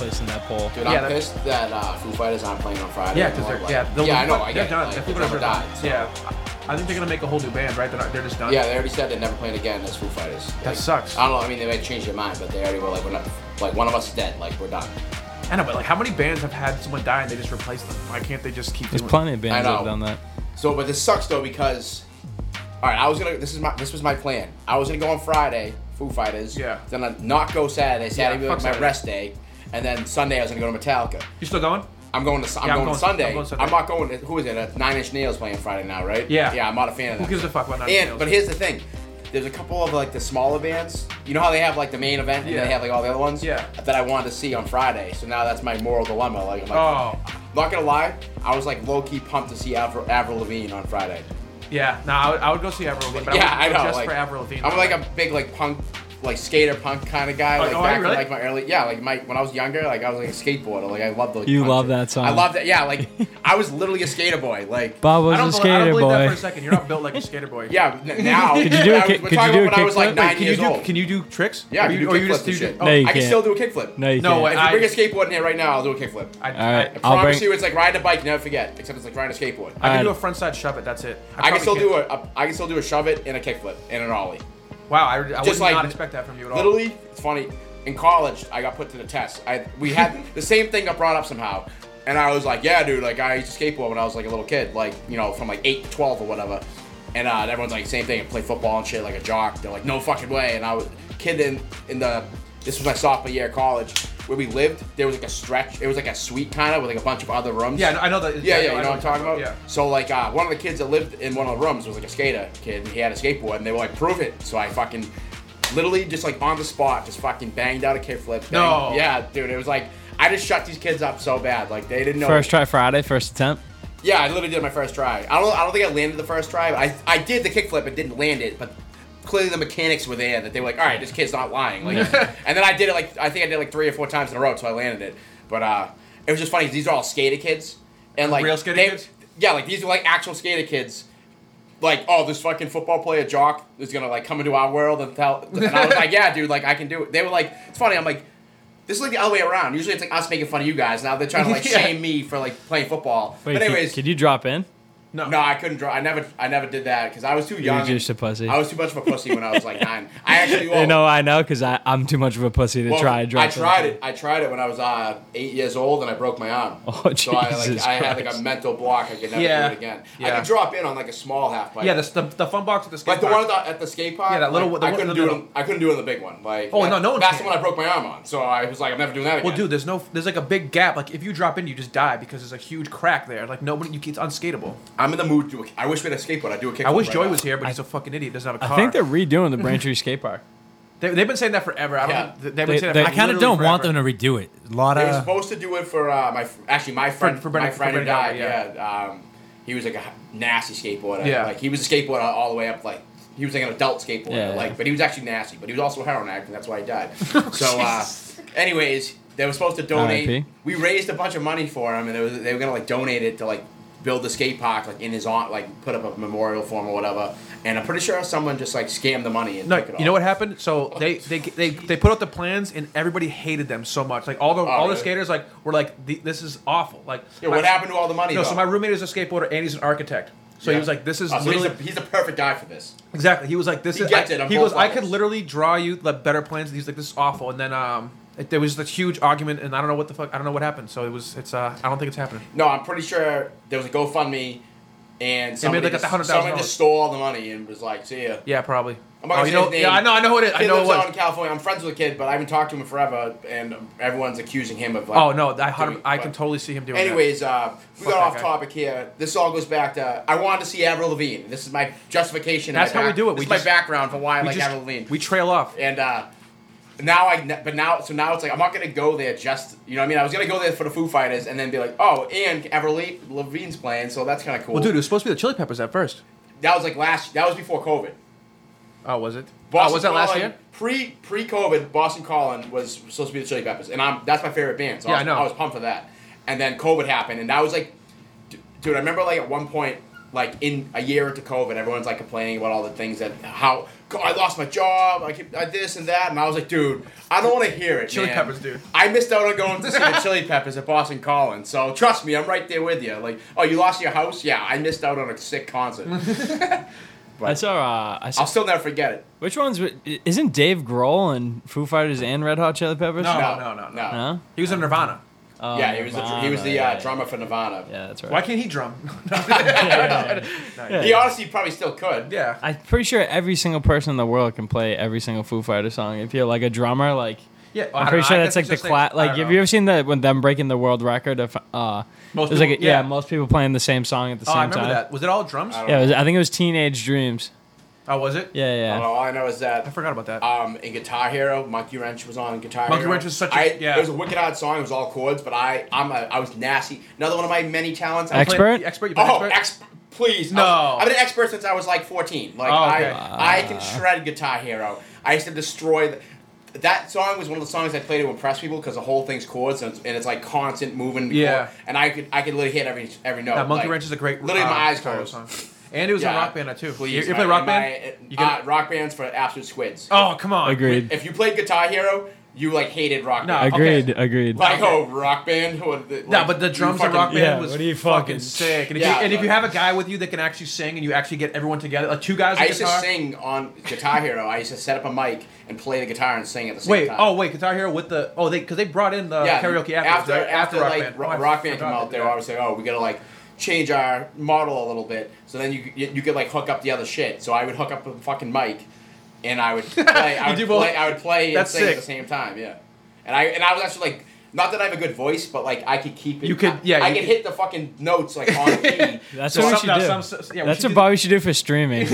asshole. Dude, Yeah, I'm that- pissed that uh, Foo Fighters aren't playing on Friday. Yeah, because anymore, they're like- yeah. they'll- yeah, I know. I they're get it, done. like, That's they've what never they're died. so- Yeah, I think they're gonna make a whole new band, right? They're not. They're just done. Yeah, Um, they already said they're never playing again as Foo Fighters. That Like, sucks. I don't know. I mean, they might change their mind, but they already were like, we're not. Like one of us is dead. Like we're done. I know, but like, how many bands have had someone die and they just replace them? Why can't they just keep? There's doing plenty of bands that know. have done that. So, but this sucks though because, all right, I was gonna. This is my. This was my plan. I was gonna go on Friday, Foo Fighters. Yeah. Then I not go Saturday. Saturday fuck was my Saturday. rest day, and then Sunday I was gonna go to Metallica. You still going? I'm going to. I'm, Yeah, I'm going, going- to Sunday. I'm I'm, going Sunday. not going. To, who is it? Uh, Nine Inch Nails playing Friday now, right? Yeah. Yeah, I'm not a fan of that. Who gives a fuck about Nine Inch And Nails? but here's the thing. There's a couple of like the smaller bands. You know how they have like the main event and Yeah. then they have like all the other ones. Yeah. That I wanted to see on Friday. So now that's my moral dilemma. Like I'm like, Oh, not gonna lie, I was like low key pumped to see Avril, Avril Lavigne on Friday. yeah. No, I would, I would go see Avril Lavigne. But yeah, I, I would, know. Just like, for Avril Lavigne. I'm like a big like punk, like skater punk kind of guy. Oh, Like oh, back really? in like my early yeah, like my when I was younger, like I was like a skateboarder. Like I loved those. You punk love shit. that song. I loved it. Yeah, like I was literally a skater boy. Like Bob was I don't, a believe, I don't skater believe that for boy. a second. You're not built like a skater boy. yeah, n- now Could you do a I was- kick- we're could you talking do a about when I was like kickflip? nine Wait, can you years do old. can you do tricks? Yeah, Or I can you, do or you kickflips just and do shit. oh, No, you I can can't. still do a kickflip. No, you No, can't. wait, If you bring a I- skateboard in here right now, I'll do a kickflip. I, I, All right, I, I'll promise bring- you, it's like riding a bike, never forget. Except it's like riding a skateboard. I I, can Alright. do a front side shove it. That's it. can probably still can't. do a, a I can still do a shove it and a kickflip and an ollie. Wow, I, I would Just like- not expect that from you at all. Literally, it's funny. In college, I got put to the test. I we had the same thing got brought up somehow, and I was like, "Yeah, dude, like I used to skateboard when I was like a little kid, like you know, from like eight to twelve or whatever." And, uh, and everyone's like, "Same thing, and play football and shit, like a jock." They're like, "No fucking way!" And I was kid in in the this was my sophomore year of college where we lived. There was like a stretch. It was like a suite kind of with like a bunch of other rooms. Yeah, I know that. Yeah, yeah, I you know what I'm talking about? Yeah. So like uh, one of the kids that lived in one of the rooms was like a skater kid and he had a skateboard and they were like, prove it. So I fucking literally just like on the spot, just fucking banged out a kickflip. banged- No. Yeah, dude, it was like I just shut these kids up so bad. Like they didn't know First try Friday, first attempt. Yeah, I literally did my first try. I don't I don't think I landed the first try, but I I did the kickflip and didn't land it, but clearly the mechanics were there that they were like, all right, this kid's not lying. Like and then I did it like I think I did it like three or four times in a row, so I landed it. But uh it was just funny 'cause these are all skater kids. And like Real skater they- kids? Yeah, like these are like actual skater kids. Like, oh, this fucking football player jock is gonna like come into our world and tell. And I was like, yeah, dude, like I can do it. They were like, it's funny. I'm like, this is like the other way around. Usually it's like us making fun of you guys. Now they're trying to like Yeah. shame me for like playing football. Wait, but could- anyways, could, you drop in? No. no, I couldn't draw. I never, I never did that because I was too You're young. just a pussy. I was too much of a pussy when I was like nine. I actually, well, you know, I know because I'm too much of a pussy to well, try. I tried it. I tried it when I was uh, eight years old and I broke my arm. Oh, so I like, Jesus I had like a Christ. mental block. I could never Yeah. do it again. I Yeah. could drop in on like a small half pipe. Yeah, the, the, the fun box at the skate Like the park. one at the, at the skate park. Yeah, that little like, one- the I one- couldn't no, do no, it. on- I couldn't do it in the big one. Like Oh, that- no, no one That's can. the one I broke my arm on. So I was like, I'm never doing that again. Well, dude, there's no, there's like a big gap. Like if you drop in, you just die because there's a huge crack there. Like nobody, you, it's unskateable. I'm in the mood to. do a- I wish we had a skateboard. I'd do a kick. I wish right Joey now. was here, but he's a fucking idiot. Doesn't have a car. I think they're redoing the Braintree skate park. They, they've been saying that forever. I don't. Yeah. They've been They- saying they- that I for kinda literally forever. to redo it. A lot They were supposed to do it for uh, my fr- actually my friend for my Brendan- for friend who Brendan died. Gallagher, Yeah, um, he was like a nasty skateboarder. Yeah. like he was a skateboarder all the way up. Like he was like an adult skateboarder. Yeah. like but he was actually nasty. But he was also a heroin addict, and that's why he died. Oh, so, uh, anyways, they were supposed to donate. R.I.P.. We raised a bunch of money for him, and they, was, they were gonna like donate it to like build the skate park like in his aunt like put up a memorial for him or whatever. And I'm pretty sure someone just like scammed the money and took it No, all. you know what happened? So they, they they they put out the plans and everybody hated them so much. Like all the all the Oh, really? skaters like were like "The- this is awful. Like Yeah, my- what happened to all the money? No, though? so my roommate is a skateboarder and he's an architect. So he Yeah. was like, this is Oh, so he's, literally the, he's the perfect guy for this. Exactly. He was like, "This He is." gets I, it on he both goes, "I could levels. literally draw you like better plans." And he's like, "This is awful." And then um, it, there was this huge argument, and I don't know what the fuck. I don't know what happened. So it was. It's. Uh, I don't think it's happening. No, I'm pretty sure there was a GoFundMe, and somebody like, just, $100,000. someone just stole all the money and was like, "See ya." Yeah, probably. Oh, I'm not gonna you say know, his name. yeah, I know. I know who it is. I Kid know lives out what. in California. I'm friends with the kid, but I haven't talked to him in forever, and everyone's accusing him of like. Oh no, I, doing- I can but- totally see him doing. that. Anyways, uh, we Fuck got that off guy. topic here. This all goes back to I wanted to see Avril Lavigne. This is my justification. and That's my how we back- do it. This We is just- my background for why I we like just- Avril Lavigne. we trail off. And uh, now I, but now, so now it's like I'm not gonna go there just, you know, what I mean, I was gonna go there for the Foo Fighters and then be like, oh, and Avril Lavigne's playing, so that's kind of cool. Well, dude, it was supposed to be the Chili Peppers at first. that was like last, that was before COVID. Oh, was it? Boston oh, was that last Calling- year? Pre pre COVID, Boston Calling was supposed to be the Chili Peppers, and I'm that's my favorite band. So Yeah, I, was, I know. was pumped for that, and then COVID happened, and I was like, d- dude, I remember like at one point, like in a year into COVID, everyone's like complaining about all the things that how God, I lost my job. I, keep, I this and that, and I was like, dude, I don't want to hear it. Chili man. Peppers, dude. I missed out on going to see the Chili Peppers at Boston Collins. So trust me, I'm right there with you. Like, oh, you lost your house? Yeah, I missed out on a sick concert. I saw. Uh, I saw. I'll still never forget it. which ones? w- Isn't Dave Grohl and Foo Fighters and Red Hot Chili Peppers? No. No, no, no. No. He was in Nirvana. Oh, yeah, he was the, he was Nirvana, the yeah, uh, yeah. drummer for Nirvana. Yeah, that's right. Why can't he drum? He honestly probably still could. yeah. I'm pretty sure every single person in the world can play every single Foo Fighter song. If you're like a drummer, like Yeah, I'm pretty sure that's like the cla- like. Have you ever seen that when them breaking the world record of uh? Most it was like people- a- yeah. yeah. most people playing the same song at the Oh, same I remember time. that. Was it all drums? I Yeah, it was, I think it was Teenage Dreams. Oh, was it? Yeah, yeah. All I know is that I forgot about that. Um, in Guitar Hero, Monkey Wrench was on Guitar Monkey Hero. Wrench was such a- I- yeah. It was a wicked hard song. It was all chords, but I, I'm a, I was nasty. Another one of my many talents. I Ex- played- You played- Expert? Expert. You played oh, expert? expert. Please, I No. was- I've been an expert since I was like 14. Like Oh, okay. I, I can shred Guitar Hero. I used to destroy. The, that song was one of the songs I played to impress people because the whole thing's chords and it's, and it's like constant moving. chord. Yeah. and I could I could literally hit every every note. That Monkey like, Wrench is a great. Literally, my uh, eyes Guitar Hero closed. song. And it was in Yeah, Rock Band uh, too. Please, you, you my- play Rock my- Band? you uh, can, rock bands for absolute squids. oh, come on. Agreed. If you played Guitar Hero, you like hated rock No, band. okay. agreed. Agreed. Like okay. oh, rock band. What, the, like, No, but the you drums in fucking- Rock Band Yeah, was what are you fucking fucking- sick. And if, Yeah, you, and if but- you have a guy with you that can actually sing and you actually get everyone together, like two guys on I used to guitar. sing on Guitar Hero. I used to set up a mic and play the guitar and sing at the same Wait, time. oh wait, Guitar Hero with the oh they because they brought in the karaoke after after right? after, Rock like Band. Ro- Oh, I rock band came forgot out, they they did were that. always like, oh, we gotta like change our model a little bit. So then you you, you could like hook up the other shit. So I would hook up a fucking mic, and I would play. You I do would both? play. I would play and That's sing at sick. the same time. Yeah, and I and I was actually like. Not that I have a good voice, but like I could keep it. You could- yeah, I, you could could- hit the fucking notes like on key. That's So what we some- should no, do. some- so- yeah, we That's should what do- Bobby should do for streaming.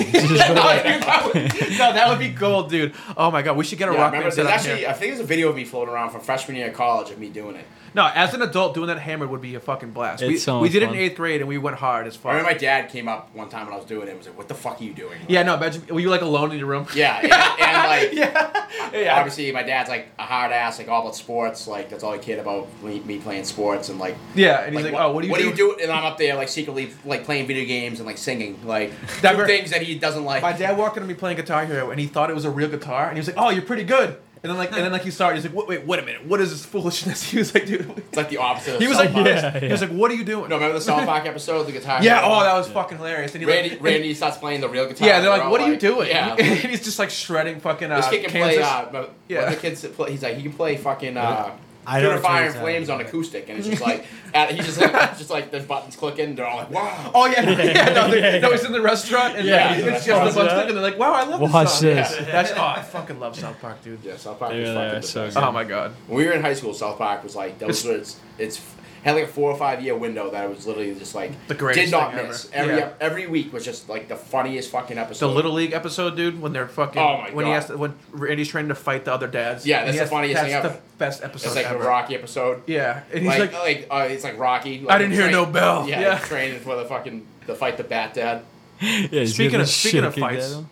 that would, no, that would be gold, dude. Oh my god, we should get a Yeah, I rock remember there's band set up actually uh, here. I think there's a video of me floating around from freshman year of college of me doing it. No, as an adult, doing that hammered would be a fucking blast. we It's so we much did it fun. in eighth grade and we went hard as I fuck. remember my dad came up one time when I was doing it and was like, What the fuck are you doing? yeah, no, imagine were you like alone in your room? Yeah, and, and like yeah. obviously my dad's like a hard ass, like all about sports, like that's all he cared about me, me playing sports and like yeah, and he's like, oh, what do you what do? do you do? And I'm up there like secretly like playing video games and like singing like That two ver- things that he doesn't like. My dad walked into me playing Guitar Hero, and he thought it was a real guitar, and he was like, "Oh, you're pretty good." And then like, and then like he started. He's like, "Wait, wait, wait a minute. What is this foolishness?" He was like, "Dude." It's like the opposite. Of He was South like, Park. "Yes." yeah. He was like, "What are you doing?" No, remember the South Park episode, the guitar? yeah. Oh, that was fucking hilarious. And he Randy. like, Randy starts playing the real guitar. Yeah, they're like, all "What are you doing?" Yeah. and he's just like shredding fucking uh, This kid can Kansas. play. Uh, but Yeah. yeah. The kids that play. He's like he can play fucking. Uh, I know Pure what Fire you're and Flames on talking about. acoustic, and it's just like at, he's just like just like the buttons clicking. They're all like, "Wow!" Oh yeah, yeah, no, they- no, he's in the restaurant and Yeah. like, it's just the bunch and they're like, "Wow, I love Watch this song." this. Yeah. That's oh, I fucking love South Park, dude. Yeah, South Park They was really fucking are the so best. good. Oh my god. When we were in high school, South Park was like that was It's- it's, it's had like a four or five year window that it was literally just like The greatest did not thing miss ever. every Yeah. every week was just like the funniest fucking episode. The Little League episode, dude, when they're fucking. Oh my when he God. has to, when Randy's trying to fight the other dads. Yeah, and that's he the has- funniest thing that's ever. the best episode it's like ever. the Rocky episode. Yeah, and he's Like, like, like, uh, it's like Rocky. Like, I didn't hear no train- bell. Yeah, Yeah. training for the fucking the fight the Bat Dad. Yeah, he's Speaking giving of- the speaking shit of kicked at fights, him.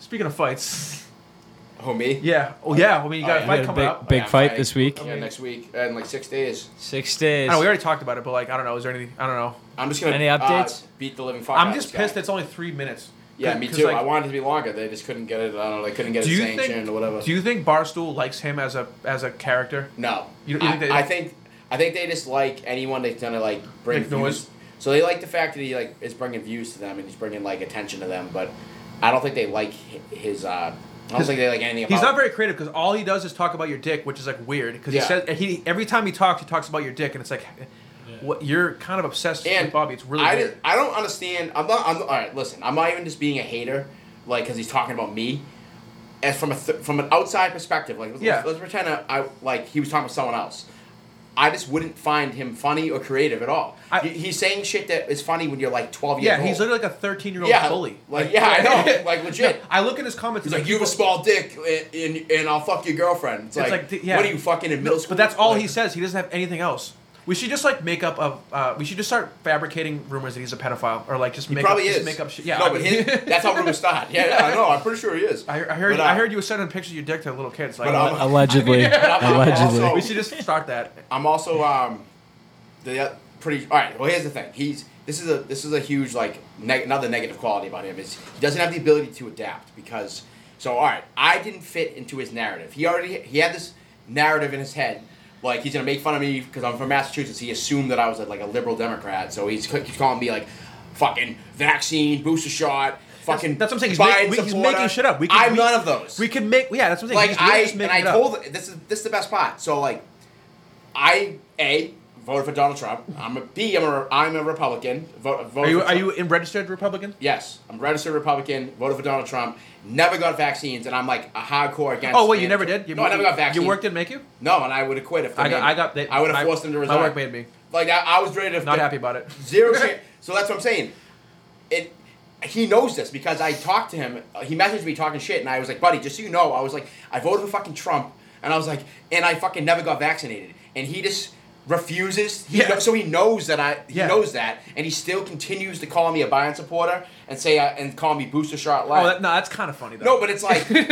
speaking of fights. Oh me. Yeah. Oh yeah. I mean, you got Oh, We yeah. a fight had a coming big, up. big Yeah, I'm fight fighting. this week. Yeah, next week uh, in like six days. Six days. I know, we already talked about it, but like, I don't know. Is there anything? I don't know. I'm just gonna Any uh, updates? beat the living fuck. out I'm of just this guy. pissed. It's only three minutes. yeah, me 'Cause, too. like, I wanted it to be longer. They just couldn't get it. I don't know. They couldn't get do it you sanctioned think? or whatever. Do you think Barstool likes him as a as a character? No, You- you I, think they- I think I think they just like anyone that's gonna like bring Make noise? views. So they like the fact that he like is bringing views to them and he's bringing like attention to them, but I don't think they like hi- his. uh I don't think they like anything. About He's not very creative because all he does is talk about your dick, which is like weird. Because Yeah. he says he every time he talks, he talks about your dick, and it's like, what you're kind of obsessed and with Bobby. It's really I weird. didn't- I don't understand. I'm not. I'm all right. Listen, I'm not even just being a hater, like because he's talking about me. As from a th- from an outside perspective, like let's, Yeah. let's pretend I, I like he was talking to someone else. I just wouldn't find him funny or creative at all. I- He- he's saying shit that is funny when you're like 12 years yeah, old. he's literally like a 13 year old yeah, bully. Like, yeah, I know. Like, legit. I look at his comments. He's and like, you have a small dick, and, and, and I'll fuck your girlfriend. It's, like, It's like, di- yeah. what are you fucking in middle school? But that's all Like, he says. He doesn't have anything else. We should just like make up of. Uh, we should just start fabricating rumors that he's a pedophile, or like just He make probably up, is. Just make up shit. Yeah, no, I but mean- his, that's how rumors start. Yeah, yeah, I know. I'm pretty sure he is. I, I heard. But, uh, I heard you were sending pictures of your dick to little kids. Like, But, um, Allegedly. But I'm- I'm Allegedly. also- we should just start that. I'm also um, the uh, pretty. All right. Well, here's the thing. He's this is a this is a huge like neg- another negative quality about him is he doesn't have the ability to adapt because So all right, I didn't fit into his narrative. He already he had this narrative in his head, like he's gonna make fun of me because I'm from Massachusetts. He assumed that I was like a liberal Democrat, so he's he's calling me like fucking vaccine booster shot. Fucking That's what I'm saying. He's, Biden make, we- he's supporter. making shit up. We can, I'm we- none of those. We can make. Yeah, that's what I'm saying. like He's really I just and making I it up. told this is this is the best part. So like, I a voted for Donald Trump. I'm a B. I'm a I'm a Republican. Vote. vote Are you for are Trump. you in registered Republican? Yes, I'm a registered Republican. Voted for Donald Trump. Never got vaccines, and I'm like a hardcore against. Oh wait, you anti- never did. You, no, I never got vaccines. You work didn't make you. No, and I would have quit if they I made got. me. I got. They, I would my- have forced them to resign. My work made me Like I, I was ready to. not happy about it. Zero chance. So that's what I'm saying. It. He knows this because I talked to him. uh, He messaged me talking shit, and I was like, "Buddy, just so you know, I was like, I voted for fucking Trump, and I was like, and I fucking never got vaccinated, and he just refuses. He Yeah. kno- so he knows that I. He Yeah. knows that, and he still continues to call me a Biden supporter and say uh, and call me booster shot. Oh, Lab. that, no, that's kind of funny though. no, but it's like to me. It,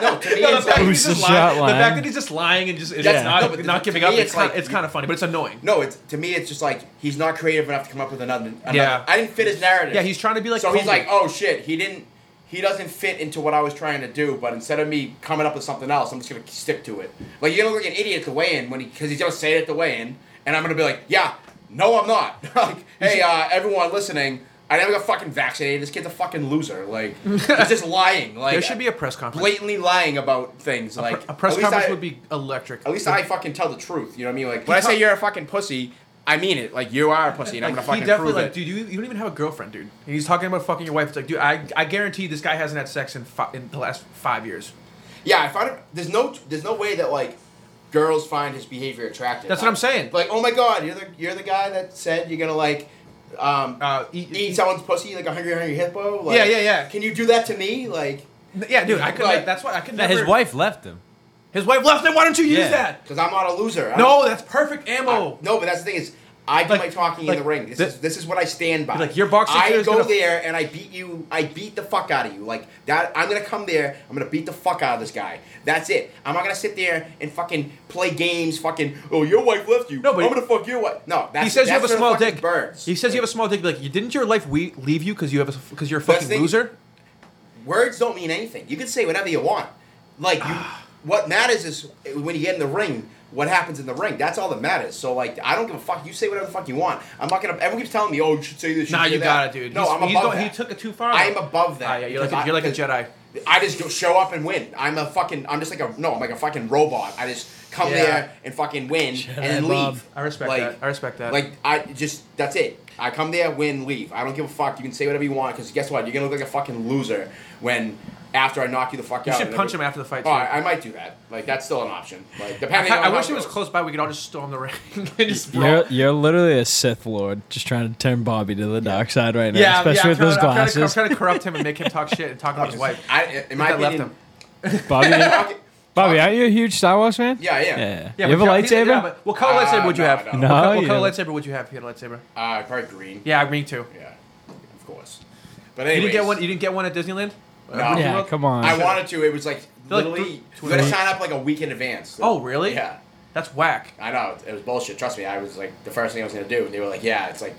no, to me, No, the, it's fact like, that he's Who's just the shot lying, the line? fact that he's just lying and just, it's That's- not, no, but to not giving me, up, it's, it's kind, like- it's kind of funny, but it's annoying. No, it's to me. It's just like he's not creative enough to come up with another. another- Yeah. I didn't fit his narrative. Yeah, he's trying to be like So he's Homer. like, oh shit, he didn't. He doesn't fit into what I was trying to do. But instead of me coming up with something else, I'm just gonna stick to it. Like you're gonna look like an idiot at the weigh-in when he because he's gonna say it at the weigh-in, and I'm gonna be like, yeah, no, I'm not. like, hey, uh, everyone listening. I never got fucking vaccinated. This kid's a fucking loser. Like, he's just lying. Like, There should be a press conference. blatantly lying about things. like, a press at least conference I- would be electric. at least I fucking tell the truth. You know what I mean? Like when I say fu- you're a fucking pussy, I mean it. Like you are a pussy, and I'm Like, gonna fucking he definitely prove like, it. dude, you, you don't even have a girlfriend, dude. And he's talking about fucking your wife. It's like, dude, I, I guarantee this guy hasn't had sex in fi- in the last five years. yeah, I find it. There's no. There's no way that like girls find his behavior attractive. That's what I'm saying. Like, oh my god, you're the you're the guy that said you're gonna like. Um, Uh, eat- eat, eat- someone's pussy like a hungry hungry hippo. Like, Yeah, yeah, yeah. Can you do that to me? Like, Yeah, dude, I could. Like- that's why I could. That never, his wife left him. his wife left him. Why don't you use Yeah. that? because I'm not a loser. I No, don't- that's perfect ammo. I- no, but that's the thing is, I do Like- my talking like, in the ring. This thi- is this is what I stand by. Like, your boxing I career is go gonna- there and I beat you. I beat the fuck out of you. Like that. I'm gonna come there. I'm gonna beat the fuck out of this guy. That's it. I'm not gonna sit there and fucking play games. Fucking oh, your wife left you. No, but- I'm gonna fuck your wife. No, that's he says you that's have a for the small fucking dick. Birds. He says you have a small dick. Like, you didn't your life we- leave you because you have a because you're a fucking thing- loser. words don't mean anything. You can say whatever you want. Like you, Ah. what matters is when you get in the ring. What happens in the ring? That's all that matters. So like, I don't give a fuck. You say whatever the fuck you want. I'm not gonna. Everyone keeps telling me, "Oh, you should say this." Nah, should say you that." got it, dude. No, He's- I'm he's above going- that. He took it too far. I'm above that. Ah, yeah, you're like Because a, you're like a I- 'cause Jedi. I just go show up and win. I'm a fucking. I'm just like a no. I'm like a fucking robot. I just come Yeah. there and fucking win and then Bob. leave. I respect like, that. I respect that. Like I just that's it. I come there, win, leave. I don't give a fuck. You can say whatever you want because guess what? You're gonna look like a fucking loser when after I knock you the fuck You out. should and punch every- him after the fight, Oh, too. I, I might do that. Like that's still an option. Like depending. I, on I how wish it was goes. close by. We could all just storm the ring and just brawl. You're you're literally a Sith Lord, just trying to turn Bobby to the dark side right now, Yeah, especially yeah, with I'm those trying, to- I'm trying to- glasses. I'm trying to corrupt him and make him talk shit and talk about his wife. I, in my I left opinion, him. Bobby, Bobby, are you a huge Star Wars fan? Yeah, yeah. Yeah. Yeah, you have a but he- lightsaber? Yeah, but what color Uh, lightsaber would you no, have? no. No, What, co- what you- color lightsaber would you have if you had a lightsaber? Uh, probably green. Yeah, me too. Yeah. Of course. But You anyways, didn't get one. You didn't get one at Disneyland. No. Yeah, come on. I wanted to. It was like They're like literally tw- you gotta twenty- sign up like a week in advance. Oh, really? Yeah. That's whack. I know it was bullshit. Trust me, I was like the first thing I was gonna do, and they were like, "Yeah, it's like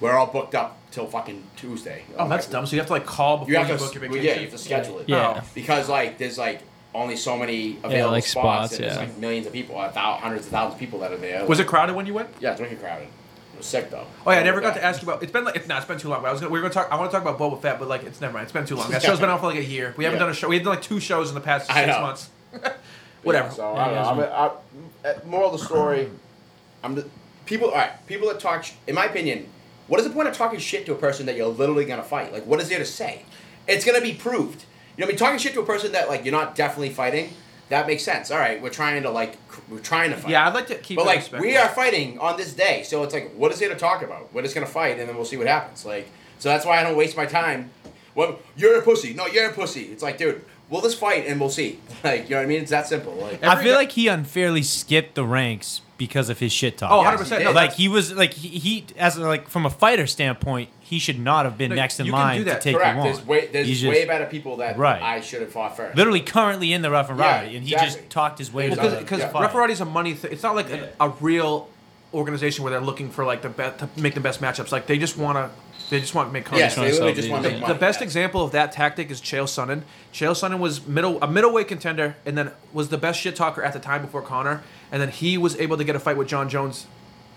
we're all booked up till fucking Tuesday." Oh, that's dumb. So you have to like call before You you, have to, book your well, vacation. yeah, you have to schedule it. Yeah. Oh. Because like there's like only so many available like spots, spots, and there's yeah. like millions of people, uh, thou- hundreds of thousands of people that are there. Was it crowded when you went? Yeah, it's wicked crowded. It was sick though. Oh yeah, I never got to ask you about. It's been like it's not. It's been too long. But I was gonna, we were gonna talk. I want to talk about Boba Fett, but like it's never mind. It's been too long. That show's been on for like a year. We haven't Yeah. done a show. We have done like two shows in the past I six know. months. Whatever. Yeah, so I don't know. I'm, I, uh, moral of the story, I'm the, people. All right, people that talk. sh- In my opinion, what is the point of talking shit to a person that you're literally gonna fight? Like, what is there to say? It's gonna be proved. You know, what I mean, talking shit to a person that like you're not definitely fighting. That makes sense. All right, we're trying to like cr- we're trying to fight. Yeah, I'd like to keep. but it like respectful. we are fighting on this day, so it's like what is there to talk about? We're just gonna fight, and then we'll see what happens. Like, so that's why I don't waste my time. Well, you're a pussy. No, you're a pussy. It's like, dude, we'll just fight and we'll see. Like, you know what I mean? It's that simple. Like, I Every feel guy- like he unfairly skipped the ranks because of his shit talk. Oh, 100%. Yes, No, he did. like he was like he, he as like from a fighter standpoint, he should not have been No, next in you can line do to that. take Correct. him on. There's way there's He's way just better people that Right. I should have fought first. literally currently in the rough and Yeah, rowdy, and he exactly. just talked his way because to the because yeah. fight. Rough and Rowdy is a money. Th- it's not like a, a real organization where they're looking for like the best to make the best matchups. Like they just want to They just want to make Yeah, content. just they wanna literally sell just these, want to yeah. make money. The best Yeah. example of that tactic is Chael Sonnen. Chael Sonnen was middle a middleweight contender, and then was the best shit talker at the time before Connor. And then he was able to get a fight with John Jones,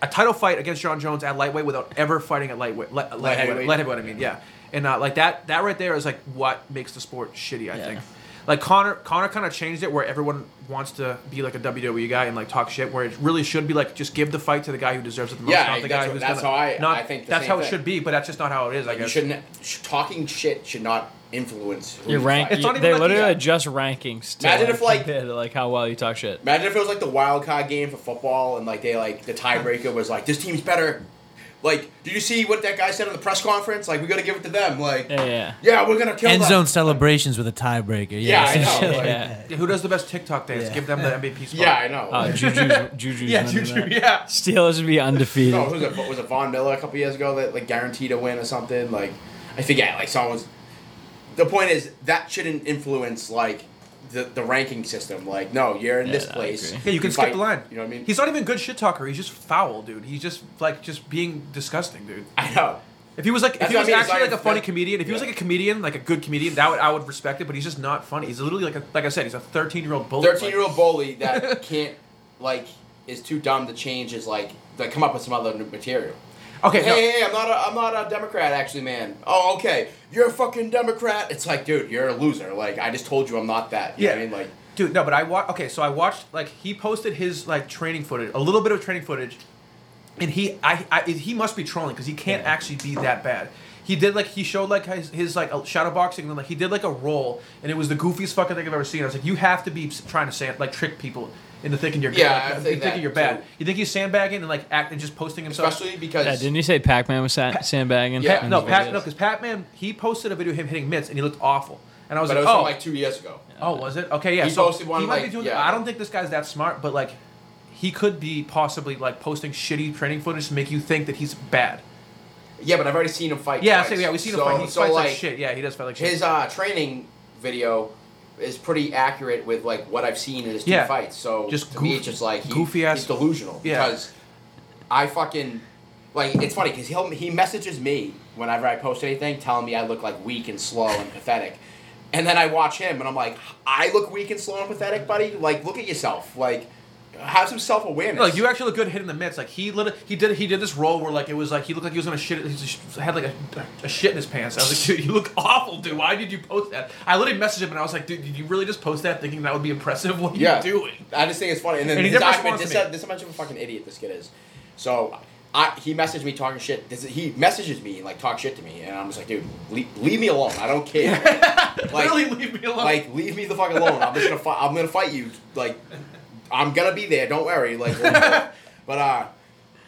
a title fight against John Jones at lightweight without ever fighting at lightweight. Light, light, light heavyweight. heavyweight. Light heavyweight. I mean, yeah. And uh, like that, that right there is like what makes the sport shitty. I Yeah. think. Like Connor, Connor kind of changed it where everyone wants to be like a WWE guy and like talk shit. Where it really should be like just give the fight to the guy who deserves it the most, Yeah, not the that's guy what- who's that's gonna. how I- not, I think the that's same how it thing. should be, but that's just not how it is. I You guess. shouldn't sh- talking shit should not influence. Who You're you rank. fight. It's not even they're like literally these- just rankings. To, Imagine if, like- compare to, like how well you talk shit. Imagine if it was like the wild card game for football, and like they like the tiebreaker was like this team's better. Like, did you see what that guy said in the press conference? Like, we gotta give it to them. Like, Yeah, yeah. yeah, we're gonna kill End them. zone celebrations with a tiebreaker. Yeah, Yeah, I know. like- yeah. Yeah, who does the best TikTok dance? Yeah. Give them the MVP spot. Yeah, Oh, I know. Uh, Juju's, Juju's yeah, winning Juju. that. Yeah. Steelers would be undefeated. no, who's it? Was it Von Miller a couple years ago that like guaranteed a win or something? Like, I forget. Like, someone's. The point is that shouldn't influence like the the ranking system. Like, no, you're in Yeah, this I place. agree. Yeah, you can skip fight. the line. You know what I mean? He's not even a good shit talker. He's just foul, dude. He's just like just being disgusting, dude. I know. If he was like, if That's he what was I mean, it's actually not- like a funny that- comedian, if he was yeah. like a comedian, like a good comedian, that would I would respect it. But he's just not funny. He's literally like, a, like I said, he's a thirteen year old bully. Thirteen year old bully that can't like is too dumb to change his like like come up with some other new material. Okay, Hey, no. hey, hey, I'm not a I'm not a Democrat actually, man. Oh, okay. You're a fucking Democrat. It's like, dude, you're a loser. Like I just told you I'm not that. You know Yeah. what I mean? Like Dude, no, but I watched. Okay, so I watched like he posted his like training footage, a little bit of training footage, and he, I, I he must be trolling because he can't actually be that bad. He did like he showed like his, his like a shadow boxing and then, like he did like a roll and it was the goofiest fucking thing I've ever seen. I was like, you have to be s- trying to sand like trick people into thinking you're good. Yeah, like, I you think thinking that you're bad. too. You think he's sandbagging and like act and just posting himself. especially because Yeah, Uh, didn't you say Pac-Man was sa- sandbagging? Yeah. And no, he Pat, is. no, because Pat Man he posted a video of him hitting mitts and he looked awful. And I was but it like, was oh, from like two years ago. Oh, was it? Okay, yeah. He so posted one, he might be like, doing. yeah. I don't think this guy's that smart, but like, he could be possibly like posting shitty training footage to make you think that he's bad. Yeah, but I've already seen him fight. Yeah, twice. so, yeah, we've seen So- him fight. He so, fights like, like, shit. Yeah, he does fight like shit. His uh, training video is pretty accurate with like what I've seen in his two Yeah. fights. So Just to me, goof- it's just like he, goofy he's ass- delusional. Yeah. Because I fucking like it's funny because he he messages me whenever I post anything, telling me I look like weak and slow and pathetic. And then I watch him, and I'm like, I look weak and slow and pathetic, buddy. Like, look at yourself. Like, have some self awareness. No, like you actually look good hitting the mitts. Like he lit, he did he did this roll where like it was like he looked like he was gonna shit. He just had like a, a shit in his pants. I was like, dude, you look awful, dude. Why did you post that? I literally messaged him and I was like, dude, did you really just post that thinking that would be impressive? What are yeah. you doing? I just think it's funny. And then And he his never argument, responds this, to me. this is how much of a fucking idiot this kid is. So I, he messaged me talking shit. This, is- he messages me and like talk shit to me, and I'm just like, dude, leave, leave me alone. I don't care. like, Literally leave me alone. like leave me the fuck alone. I'm just gonna fight. I'm gonna fight you. Like I'm gonna be there. Don't worry. Like, but uh.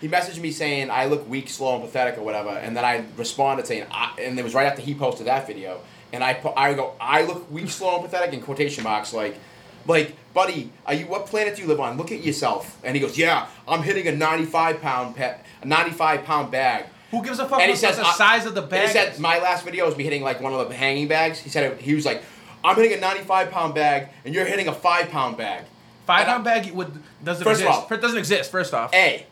He messaged me saying I look weak, slow, and pathetic, or whatever, and then I responded saying, I, and it was right after he posted that video, and I po- I go, I look weak, slow, and pathetic in quotation marks, like, like, buddy, are you what planet do you live on? Look at yourself. And he goes, yeah, I'm hitting a 95 pound pa- a 95 pound bag. Who gives a fuck And he about says the I- size of the and bag? He said my last video was me hitting like one of the hanging bags. He said it, he was like, I'm hitting a 95 pound bag, and you're hitting a five pound bag. Five And I- pound bag would doesn't First of exist. all- doesn't exist. First off, A,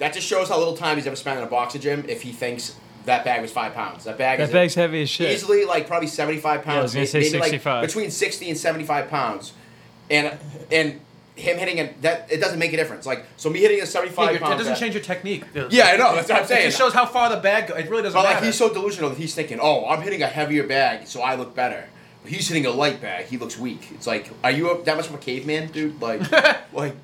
that just shows how little time he's ever spent in a boxing gym. If he thinks that bag was five pounds, that bag that is bag's heavy as shit. easily like probably 75 I was pounds gonna say 65. like between 60 and 75 pounds and and him hitting it that it doesn't make a difference like so me hitting a 75 Yeah, your- pound it doesn't bag- change your technique. dude. Yeah, I know, that's what I'm It saying. just shows how far the bag goes. It really doesn't but like matter. he's so delusional that he's thinking oh i'm hitting a heavier bag so i look better but he's hitting a light bag he looks weak it's like are you a, that much of a caveman dude like like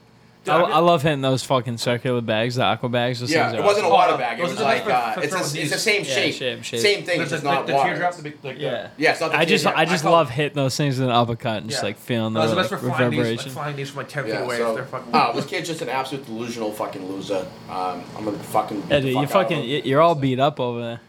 I, I love hitting those fucking circular bags, the aqua bags. Those yeah things it are wasn't a awesome. water Oh, bag it those was are the like for- uh, for it's, a, it's throwaties. the same Yeah, shape, shape, shape. same thing There's it's just the, not the, water teardrop, the big, like, the- Yeah. yeah it's not the I just teardrop. I just call- love hitting those things with an uppercut and just Yeah. like feeling Those the, are the like, best for flying knees, like reverberation. flying knees from like ten feet away. so- if they're fucking. oh, this kid's just an absolute delusional fucking loser. Um, I'm gonna fucking. beat Yeah, the dude, fuck you out fucking of him. you- you're all beat up over there.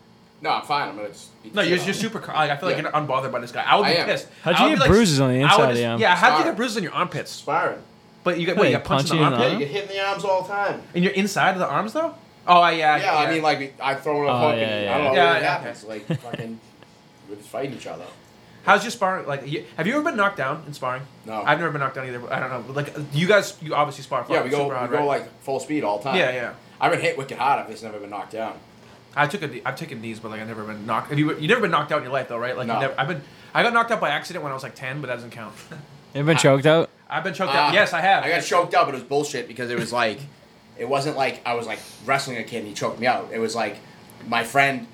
No, I'm fine. I'm gonna. Just beat no, the you're, shit you're out of him. super. Like, I feel like Yeah. you're unbothered by this guy. I would I be am. pissed. How'd you I would get be, like, bruises on the I would inside of just- the arm? Yeah, how'd you Sorry. get bruises on your armpits? Sparring. But you got What, what? You they got punched in punch the you in the Yeah, armpit, you get hit in the arms all the time. and you're inside of the arms though. Oh I- yeah, Yeah, I mean, like I've thrown a Oh, hook. yeah, and yeah, I don't know yeah. what Yeah, happens. Like fucking, we're just fighting each other. How's your sparring? Like, you, have you ever been knocked down in sparring? No. I've never been knocked down either. But I don't know. but, Like, you guys, you obviously spar. Yeah, we go, super hard, we go right? like full speed all the time. Yeah, yeah. I've been hit wicked hard. I've just never been knocked down. I took a, I've taken knees, but like I've never been knocked. Have you? You never been knocked out in your life though, right? Like No. you never, I've been. I got knocked out by accident when I was like ten, but that doesn't count. You ever been choked out? I've been choked Uh, out. Yes, I have. I got choked out, but it was bullshit because it was like, it wasn't like I was like wrestling a kid and he choked me out. It was like my friend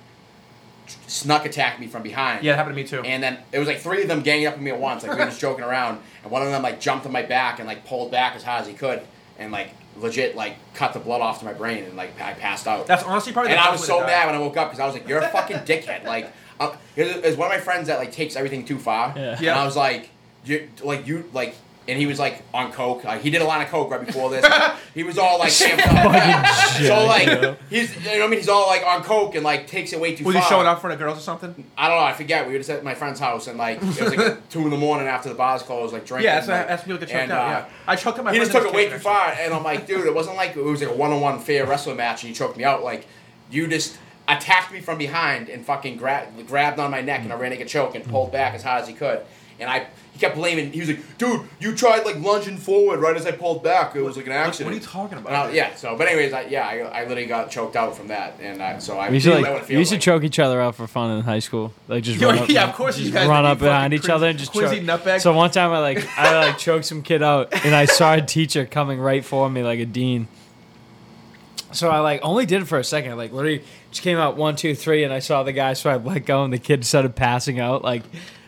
snuck attacked me from behind. Yeah, it happened to me too. And then it was like three of them ganging up on me at once. Like we were just joking around, and one of them like jumped on my back and like pulled back as hard as he could, and like legit like cut the blood off to my brain, and like I passed out. That's honestly probably. and the I was best way so to die. mad when I woke up because I was like, "You're a fucking dickhead!" Like, uh, it was one of my friends that like takes everything too far, Yeah. and Yeah. I was like, "You like you like." And he was like on coke. Like, he did a lot of coke right before this. he was all like amped up. so like he's you know what I mean. He's all like on coke and like takes it way too Was far. he showing up for the girls or something? I don't know. I forget. We were just at my friend's house, and like it was like two in the morning after the bars closed, like drinking. Yeah, that's, like, that's people get choked and, out. uh, yeah, I choked out my. He friend just took in it his way kitchen, too actually. far, and I'm like, dude, it wasn't like it was like a one-on-one fair wrestling match, and you choked me out. Like, you just attacked me from behind and fucking gra- grabbed on my neck, and I ran a choke and pulled back as hard as he could. And I, he kept blaming. He was like, dude, you tried like lunging forward right as I pulled back. It was like an What- accident. What are you talking about? And I- yeah. So, but anyways, I, yeah, I, I literally got choked out from that, and I, so I We used to I know what like it we feels used to like. choke each other out for fun in high school. Like just Yo, run up, yeah, of course you just guys run would be up behind fucking each other and crazy- just crazy choke. nutbag. So one time I like I like choked some kid out and I saw a teacher coming right for me like a dean. So I like only did it for a second. I, Like literally just came out one, two, three, and I saw the guy. So I let go, and the kid started passing out like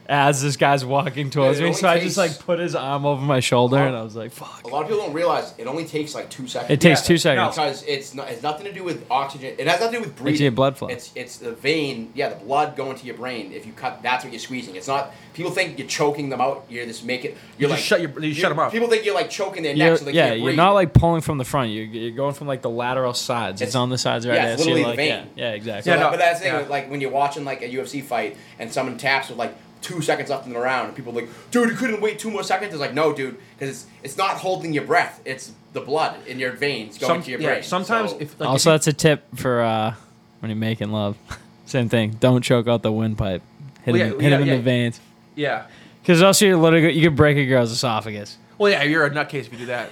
as this guy's walking towards it me. only So I just takes- like put his arm over my shoulder, and I was like, "Fuck." A lot of people don't realize it only takes like two seconds. It takes Yeah, two no. seconds. because it's not, it's nothing to do with oxygen. It has nothing to do with breathing. your blood flow. It's it's the vein. Yeah, the blood going to your brain. If you cut, that's what you're squeezing. It's not. People think you're choking them out. You're just making. You're You like just shut your- you shut 'em up. People think you're like choking their neck You're- so they yeah, can't you're breathe. not like pulling from the front. You're, you're going from like the lateral sides. It's, It's- on the sides right yeah, there. it's So you're like, literally the yeah, vein. yeah, exactly. So Yeah, that- no, but that's the thing. yeah. with, Like when you're watching like a UFC fight and someone taps with like two seconds left in the round, and people are like, dude, you couldn't wait two more seconds. It's like, no, dude, because it's it's not holding your breath. It's the blood in your veins going Some- to your yeah, brain. sometimes So- if like, also, if that's a tip for uh, when you're making love. Same thing. Don't choke out the windpipe. Hit Well, him, yeah, hit yeah, him in yeah. the veins. you- yeah. Because also, you're literally you could break a girl's esophagus. Well, yeah, you're a nutcase if you do that.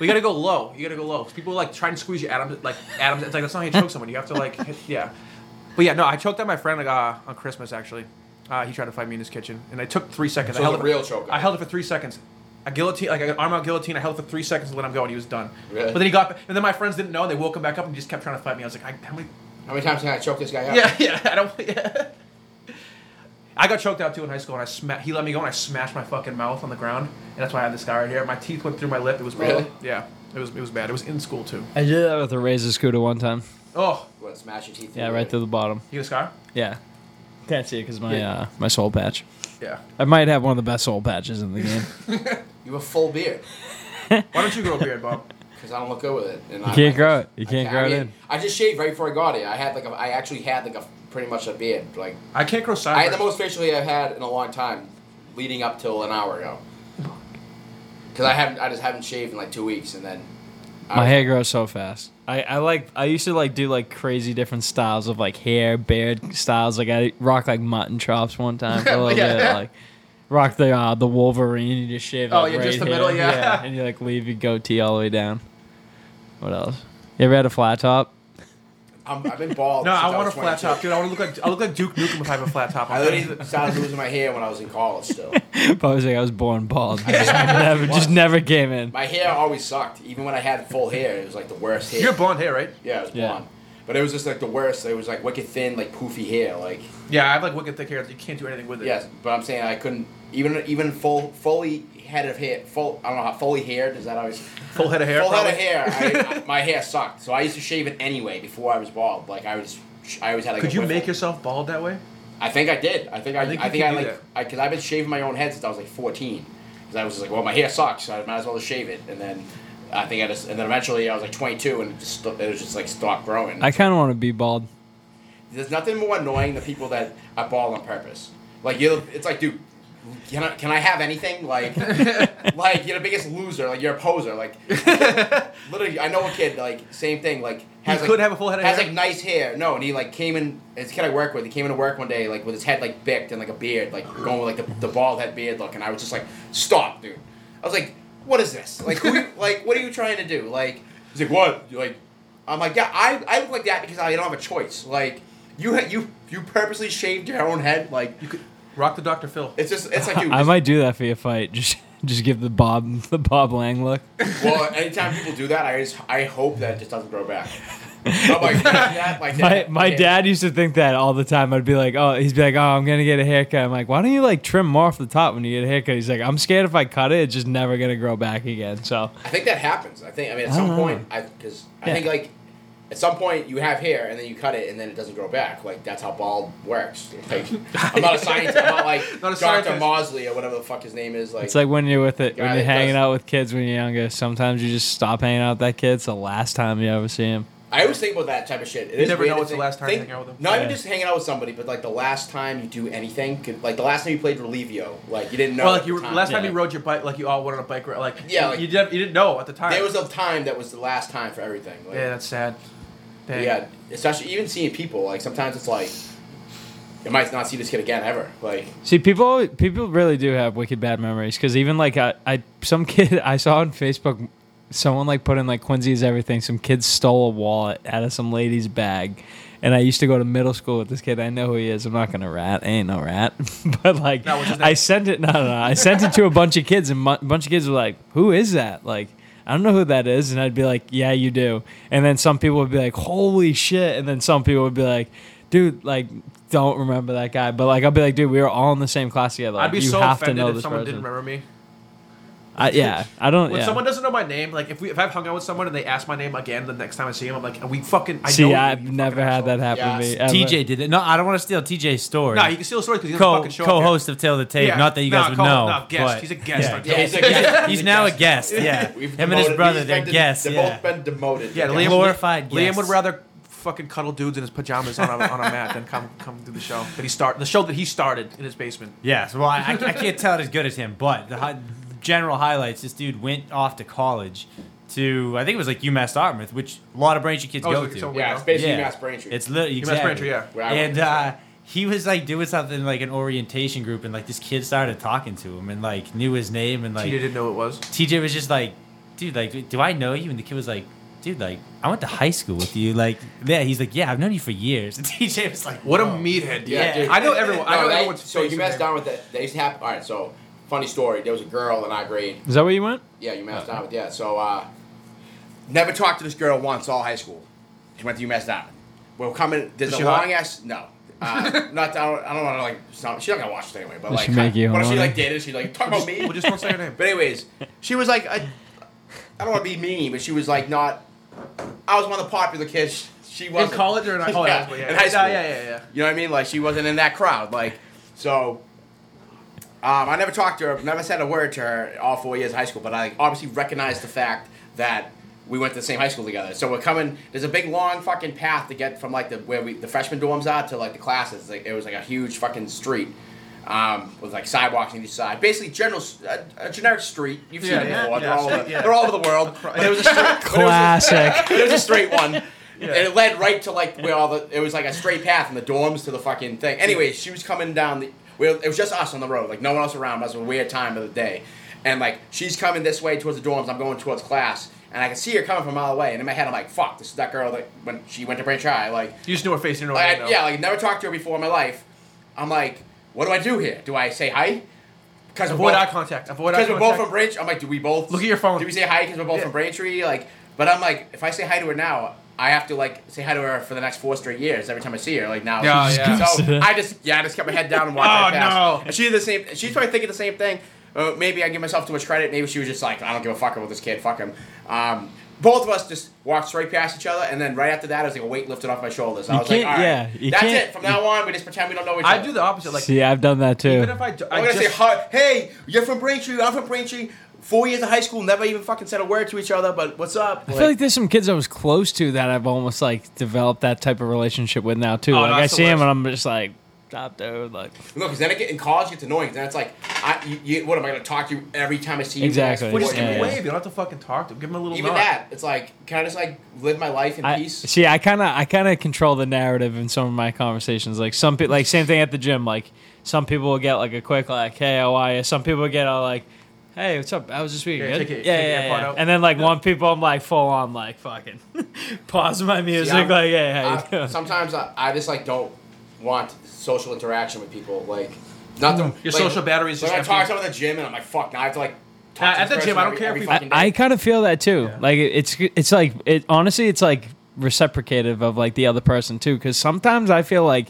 we gotta go low. You gotta go low. 'Cause People like try and squeeze you. Adams, like Adams, it's like that's not how you choke someone. You have to like, hit, yeah. But yeah, no, I choked out my friend like uh, on Christmas actually. Uh, he tried to fight me in his kitchen, and I took three seconds. So I it was held a it- real choke out. I held it for three seconds. A guillotine, like an arm out guillotine. I held it for three seconds and let him go, and he was done. Really? But then he got, and then my friends didn't know. and They woke him back up and he just kept trying to fight me. I was like, I, how many? how many times can I choke this guy out? Yeah, yeah. I don't. Yeah. I got choked out too in high school, and I sma- he let me go, and I smashed my fucking mouth on the ground, and that's why I have this scar right here. My teeth went through my lip. It was brutal. Really? Yeah, it was it was bad. It was in school too. I did that with a razor scooter one time. Oh, What, smash your teeth? Yeah, in right there? through the bottom. you got a scar? Yeah, can't see it because my Yeah. uh, my soul patch. Yeah. I might have one of the best soul patches in the game. You have a full beard Why don't you grow a beard, Bob? because I don't look good with it. And You I, can't I- grow it. You I can't grow I it mean, in. I just shaved right before I got it. I had like a, I actually had like a pretty much a beard. Like I can't grow I sideburns. had the most facial hair I've had in a long time, leading up till an hour ago. Because I haven't, I just haven't shaved in like two weeks, and then I My was- hair grows so fast. I, I like I used to like do like crazy different styles of like hair, beard styles. Like I rock like mutton chops one time for a little Yeah. bit. Like rock the uh, the Wolverine. You just shave. Oh, like, yeah, just right the middle, here. yeah. and you like leave your goatee all the way down. What else? You ever had a flat top? I'm, I've been bald. No, since I want a was flat 22. top, dude. I want to look like I look like Duke Nukem if I have a flat top. I on. literally started losing my hair when I was in college. Still, Probably like I was born bald. I just never just never came in. my hair always sucked. Even when I had full hair, it was like the worst hair. You're blonde hair, right? yeah, it was Yeah. blonde, but it was just like the worst. It was like wicked thin, like poofy hair, like. Yeah, I have like wicked thick hair. You can't do anything with it. Yes, but I'm saying I couldn't even even full fully head of hair. Full I don't know how fully haired is that always Full head of hair. full probably. head of hair. I, I- my hair sucked, so I used to shave it anyway before I was bald. Like I was, I always had like. Could a you wiffle. make yourself bald that way? I think I did. I think I. I think think I, you can do like. I because I've been shaving my own head since I was like 14. Because I was just like, well, my hair sucks, so I might as well just shave it. And then I think I just and then eventually I was like 22 and it just sto- it was just like stopped growing. I kind of want to be bald. There's nothing more annoying than people that are bald on purpose. Like you, it's like, dude, can I can I have anything? Like, like you're the biggest loser. Like you're a poser. Like, literally, I know a kid. Like same thing. Like has could like, have a full head of has hair. like nice hair. No, and he like came in. It's a kid I work with. He came into work one day like with his head like bicked and like a beard, like going with like the, the bald head beard look. And I was just like, stop, dude. I was like, what is this? Like, who, you- like what are you trying to do? Like, he's like, what? You're like. I'm like, yeah, I, I look like that because I don't have a choice. Like, you ha- you you purposely shaved your own head. Like, You could rock the Dr. Phil. it's just it's like you. I might do that for your fight. Just just give the Bob the Bob Lang look. well, anytime people do that, I just I hope that it just doesn't grow back. I'm like, that, like My that. my Yeah. dad used to think that all the time. I'd be like, oh, he's be like, oh, I'm gonna get a haircut. I'm like, why don't you like trim more off the top when you get a haircut? He's like, I'm scared if I cut it, it's just never gonna grow back again. So I think that happens. I think. I mean, at some don't know. point, I because Uh-huh. I Yeah. think like at some point you have hair and then you cut it and then it doesn't grow back. Like that's how bald works. Like, I'm not a scientist. I'm not like Not a Doctor scientist. Mosley or whatever the fuck his name is. Like, it's like when you're with it, Guy when you're that hanging does- out with kids when you're younger. Sometimes you just stop hanging out with that kid. It's the last time you ever see him. I always think about that type of shit. It is never weird know to it's the think- last time you think, hang out with them. Not even Yeah. just hanging out with somebody, but like the last time you do anything. Could, like the last time you played Relivio, like you didn't know. Well, like at you were, the time. last time Yeah. you rode your bike, like you all went on a bike ride. Like Yeah, you- like- you, didn't, you didn't know at the time. There was a time that was the last time for everything. Like, yeah, that's sad. Dang. Yeah, especially even seeing people. Like sometimes it's like, you might not see this kid again ever. Like See, people people really do have wicked bad memories because even like I, I some kid I saw on Facebook, someone like put in like Quincy's everything. Some kid stole a wallet out of some lady's bag, and I used to go to middle school with this kid. I know who he is. I'm not gonna rat. I ain't no rat, but like No, what's his name? I sent it. No, no, no. I sent it to a bunch of kids, and a bunch of kids were like, "Who is that?" Like. I don't know who that is, and I'd be like, "Yeah, you do." And then some people would be like, "Holy shit!" And then some people would be like, "Dude, like, don't remember that guy." But like, I'd be like, "Dude, we were all in the same class together. Like, I'd be you so have to offended know if this someone person." didn't remember me. I, yeah, I don't. When yeah. someone doesn't know my name, like if we if I've hung out with someone and they ask my name again the next time I see him, I'm like, we fucking. I know See, you, I've you fucking never had asshole. that happen to me. Yeah, ever. TJ did it. No, I don't want to steal TJ's story. Nah, you can steal a story because he's Co- fucking show up here. co-host of Tale of the Tape. Yeah. Not that you Nah, guys would co- know. nah, guest. but- He's a guest Yeah. on yeah, he's, a He's now a guest. Yeah, We've him and his demoted- brother, he's they're been de- guests. They've Yeah. both been demoted. Yeah, Now. Liam, Glorified Liam guest. would rather fucking cuddle dudes in his pajamas on a, on a mat than come come do the show. But he start the show that he started in his basement. Yes, well, I, I I can't tell it as good as him, but the hi- general highlights: this dude went off to college to, I think it was like UMass Dartmouth, which a lot of Braintree kids Oh, go so- to. so- yeah, it's basically Mass Braintree. It's literally UMass exactly. Braintree, yeah. Where I went and to uh, he was like doing something like an orientation group, and like this kid started talking to him, and like knew his name, and He like didn't know it was. TJ was just like, dude, like, do I know you? And the kid was like, dude, like, I went to high school with you. Like, yeah, he's like, yeah, I've known you for years. And TJ was like, What a meathead! dude. Oh. Yeah, Yeah. dude. I know everyone. I No, know they- everyone's So face you and messed name. down with that. They used to have. All right, so funny story. There was a girl in our grade. Is that where you went? Yeah, UMass Dartmouth. Yeah, so uh, never talked to this girl once all high school. She went to UMass Dartmouth. We're coming. There's Is a she hot? long ass. No, uh, not. I don't, I don't want to like. it's not- she's not gonna watch this anyway. But Does like, she make you what if she horny? like dated? She like talk about me. We just won't say your name. But anyways, she was like, I, I don't want to be mean, but she was like not. I was one of the popular kids. She In was college or in high, oh, Yeah, yeah, yeah, in high school. Yeah, yeah, yeah, yeah. You know what I mean? Like she wasn't in that crowd. Like so. Um, I never talked to her, never said a word to her all four years of high school, but I obviously recognized the fact that we went to the same high school together. So we're coming. There's a big long fucking path to get from like the where we the freshman dorms are to like the classes. Like it was like a huge fucking street. Um, with like sidewalks on each side, basically general, s- a, a generic street. You've seen Yeah, it yeah, before. yeah, they're, all over, yeah. they're all over the world. But it was a street, but it was a- Classic. it was a straight one. And it led right to like where all the it was like a straight path from the dorms to the fucking thing. Anyway, she was coming down the well, it was just us on the road, like no one else around. It was a weird time of the day. And like she's coming this way towards the dorms, I'm going towards class, and I can see her coming from a mile away. And in my head I'm like, fuck, this is that girl that when she went to Branch High, like You just knew her face. You know her like, name. now. yeah, like never talked to her before in my life. I'm like, what do I do here? Do I say hi? Because Avoid eye contact. Avoid eye because we're both contact. from Braintree. I'm like, do we both Look at your phone. Do we say hi because we're both from Braintree? Like, but I'm like, if I say hi to her now, I have to like say hi to her for the next four straight years every time I see her. Like now, Yeah, she's- yeah. So I just yeah, I just kept my head down and walked right Oh, past. no. And she did the same. She's probably thinking the same thing. Uh, maybe I give myself too much credit. Maybe she was just like, I don't give a fuck about this kid. Fuck him. Um, both of us just walked straight past each other, and then right after that, it was like a weight lifted off my shoulders. I You was like, can't- all right, yeah, you that's can't- it. From now on, we just pretend we don't know each other. I do the opposite. Like See, I've done that too. even if I, do- I'm I gonna just say, hi, hey, you're from Braintree, I'm from Braintree. Four years of high school, never even fucking said a word to each other, but what's up? I feel like there's some kids I was close to that I've almost like developed that type of relationship with now too. Oh, like I that's the see him worst. and I'm just like, stop, dude. Like, no, because then I get in college, it gets annoying. 'cause Then it's like, I, you, you, what am I gonna talk to you every time I see you? for the next Exactly. four well, just Yeah, give him years? a yeah. wave. You don't have to fucking talk to him. Give him a little. Even nod. that, it's like, can I just like live my life in I peace? see. I kind of, I kind of control the narrative in some of my conversations. Like some, pe- like same thing at the gym. Like some people will get like a quick like, hey, how are you? Some people get all like, Hey, what's up? How was this week? Yeah, Good? take it- yeah, take your yeah, AirPod yeah. out. And then like one people, I'm like full on like fucking pause my music. I'm- like yeah, yeah. I, sometimes I, I just like don't want social interaction with people. Like, not the, Your like, social battery is Like, just I talk empty. to someone at the gym and I'm like, fuck. Now I have to like. Talk Nah, to at this the gym, person I don't every- care if every we- fucking day. I, I kind of feel that too. Like it, it's it's like it honestly it's like reciprocative of like the other person too cuz sometimes I feel like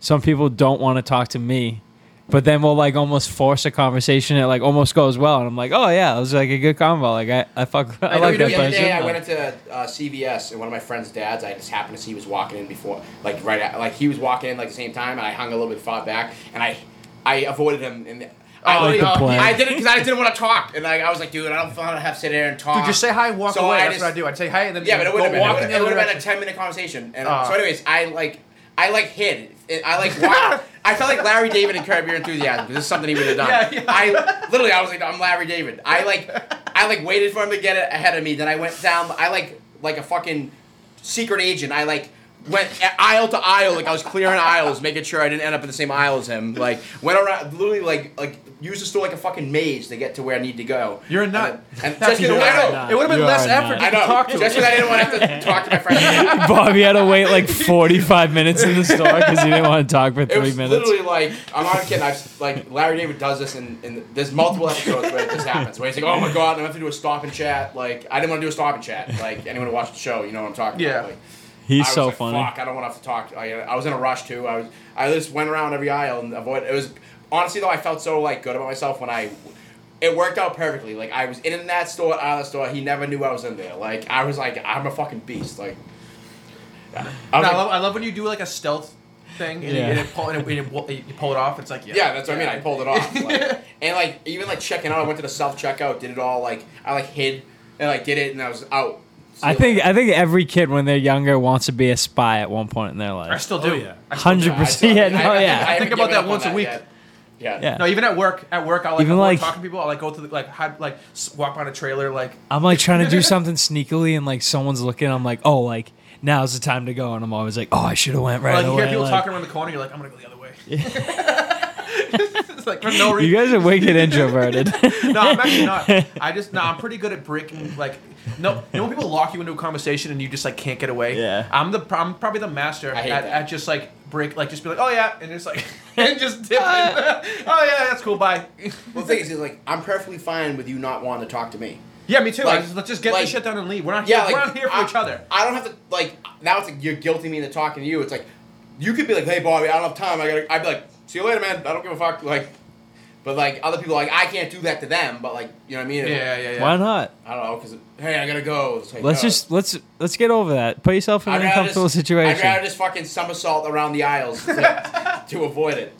some people don't want to talk to me but then we'll like almost force a conversation it like almost goes well and I'm like oh yeah it was like a good convo like I I fuck I, I like that know the other person day I went into uh, CVS and one of my friend's dads. I just happened to see he was walking in before, like right, at, like he was walking in like the same time, and I hung a little bit far back, and I, I avoided him. And I, Like literally- the plague. I didn't because I didn't want to talk, and like I was like, dude, I don't want to have to sit there and talk. Dude, just say hi and walk So away. I That's just- what I do. I'd say hi and then Yeah, but it go would have been, it walk in would've- the it other would have been a direction. ten minute conversation. And Uh. so, anyways, I like, I like hid. It- I like walked. I felt like Larry David in Curb Your Enthusiasm. 'cause This is something he would have done. Yeah, yeah. I literally, I was like, I'm Larry David. I like, I like waited for him to get it ahead of me. Then I went down. I like, like a fucking secret agent. I like. Went aisle to aisle, like I was clearing aisles, making sure I didn't end up in the same aisle as him. Like went around, literally, like like used the store like a fucking maze to get to where I need to go. You're a And nut. then- And, just because I know, It would have You been less are not. effort. I to know. Talk to just him. because I didn't want to have to talk to my friend. Bobby had to wait like 45 minutes in the store cuz he didn't want to talk for It 3 was minutes. literally like I'm not kidding. I've like Larry David does this, and in, there's multiple episodes where this happens. Where he's like, "Oh my god, I'm gonna have to do a stop and chat." Like I didn't want to do a stop and chat. Like anyone who watched the show, you know what I'm talking Yeah. about. Like, I He's was so like, funny. Fuck, I don't want to have to talk. I, I was in a rush too. I was. I just went around every aisle and avoid. It was honestly though, I felt so like good about myself when I. It worked out perfectly. Like I was in that store, out of the store. He never knew I was in there. Like I was like, I'm a fucking beast. Like. I No, was I like- love, I love when you do like a stealth thing and, Yeah. you, and, it pull, and, it, and it, wo- you pull it off. It's like yeah, Yeah, that's what I mean. I pulled it off, like, and like even like checking out, I went to the self checkout, did it all like I like hid and like did it, and I was out. I think I think every kid when they're younger wants to be a spy at one point in their I life. still do. Oh, yeah. I still do. 100%. Yeah, no, yeah. I think haven't about given that up on once a week. yet. Yeah. Yeah. No, even at work, at work, I'll like, Even, even like- like talking to people. I'll like go through the, like hide, like s- walk on a trailer like I'm like trying to do something sneakily, and like someone's looking. I'm like, oh, like now's the time to go, and I'm always like, oh, I should have went right like you away. hear people like- talking around the corner. You're like I'm gonna go the other way. it's like for no reason. you guys are wicked introverted. no, I'm actually not. I just no, I'm pretty good at breaking like no. You know when people lock you into a conversation and you just like can't get away. Yeah. I'm the I'm probably the master I at, hate that. at just like break like just be like oh yeah and just like and just dip. in. oh yeah, that's cool. Bye. Well, the thing is, is like I'm perfectly fine with you not wanting to talk to me. yeah, me too. Like- I just, let's just get like- this shit done and leave. We're not here. Yeah, like we're not here for I, each other. I don't have to like now. It's like you're guilting me into talking to you. It's like you could be like, "Hey, Bobby, I don't have time. I gotta." I'd be like, "See you later, man. I don't give a fuck." Like, but like other people, like I can't do that to them. But like, you know what I mean? Yeah, yeah, yeah. Why not? I don't know, cause hey, I gotta go. It's like, Let's no. just let's let's get over that. Put yourself in an rather uncomfortable just- I'd situation. rather just fucking somersault around the aisles to, to avoid it.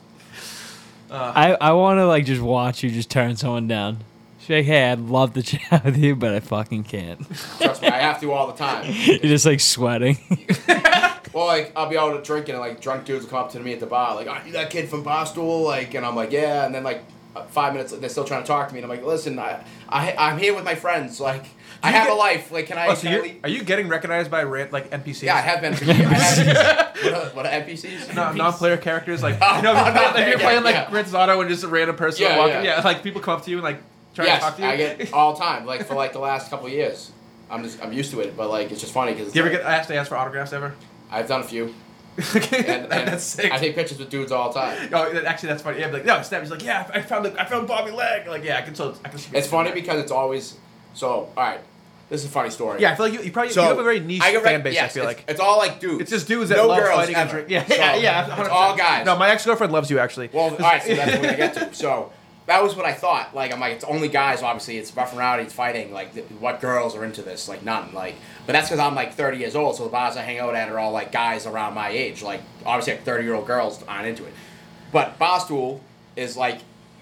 I I want to like just watch you just turn someone down. Just be like, hey, I'd love to chat with you, but I fucking can't. Trust me, I have to all the time. You're just like sweating. Well, like I'll be out drinking, and like drunk dudes will come up to me at the bar, like, "Are you that kid from Barstool?" Like, and I'm like, "Yeah," and then like uh, five minutes, they're still trying to talk to me, and I'm like, "Listen, I, I I'm here with my friends. Like, I you have a get- life. Like, can I?" Oh, so can I you're, leave?" are you getting recognized by rant, like NPCs? yeah, I have been. For years. I have, what, are, what are NPCs? No, non-player characters like you know if you're, if yeah, you're playing like yeah. Grand Theft Auto and just a random person Yeah, walking, yeah. yeah. like people come up to you and like try yes, to talk to you. I get all time. Like for like the last couple of years, I'm just I'm used to it, but like it's just funny because Do you ever get asked to ask for autographs ever? I've done a few. Okay, And, that- and that's sick. I take pictures with dudes all the time. oh, that- actually, that's funny. Yeah, like no, snap. He's like, yeah, I found the, I found Bobby Leg. Like, yeah, I can so I can. It's funny because it's always so. All right, this is a funny story. Yeah, I feel like you, you probably so you have a very niche I get fan rec- base. yes, I feel it's- like it's, all like dudes. it's just dudes that no love girls fighting ever. and drink. Yeah, So, yeah, yeah. 100%. It's all guys. No, my ex girlfriend loves you actually. well, all right, so that's what I get to. So that was what I thought. Like I'm like it's only guys. Obviously, it's rough and rowdy. It's fighting. Like th- what girls are into this? Like none. Like but that's because I'm like 30 years old. So the bars I hang out at are all like guys around my age. Like obviously, like 30 year old girls aren't into it. But Barstool is like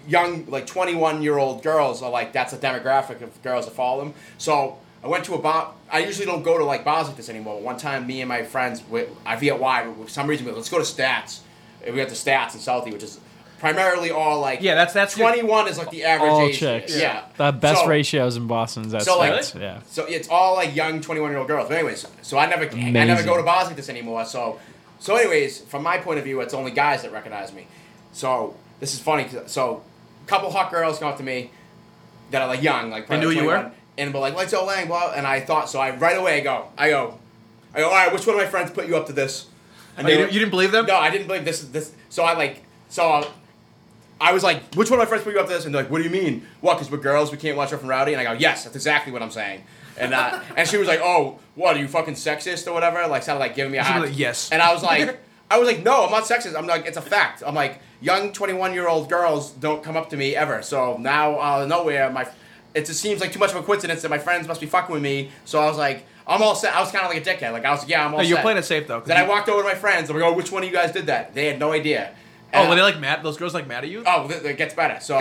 young, like 21 year old girls are like, that's a demographic of girls that follow them. So I went to a bar. I usually don't go to like bars like this anymore. But one time, me and my friends, we, I forget why, but for some reason, we were, let's go to Stats. And we went to Stats in Southie, which is primarily all like. Yeah, that's- that's your- 21 is like the average All age. chicks. Yeah. The best So- ratios in Boston is that so like, stats, yeah. so it's all like young twenty one year old girls. But anyways, so I never I never Amazing. go to bars like this anymore. So, so anyways, from my point of view, it's only guys that recognize me. So this is funny. 'cause- So, a couple hot girls come up to me. that are like young, like probably knew you 21, were? and were like let's go Lang blah, and I thought so. I right away I go, I go, I go. All right, which one of my friends put you up to this? And Oh, you they didn't- you didn't believe them? No, I didn't believe this. This so I like so. I was like, which one of my friends put you up to this? And they're like, what do you mean? What, because we're girls, we can't watch Rough and Rowdy? And I go, yes, that's exactly what I'm saying. And uh, and she was like, oh, what, are you fucking sexist or whatever? Like, sounded like giving me a She was hard like, yes. And I was like, I was like, no, I'm not sexist. I'm like, it's a fact. I'm like, young 21 year old girls don't come up to me ever. So now out of nowhere, my it just seems like too much of a coincidence that my friends must be fucking with me. So I was like, I'm all set. I was kind of like a dickhead. Like, I was like, yeah, I'm all No, set. Oh, you're playing it safe, though, 'cause Then I you- walked over to my friends. I'm like, oh, which one of you guys did that? They had no idea. Oh, And were I- they like mad? Those girls like mad at you? oh, th- it gets better. So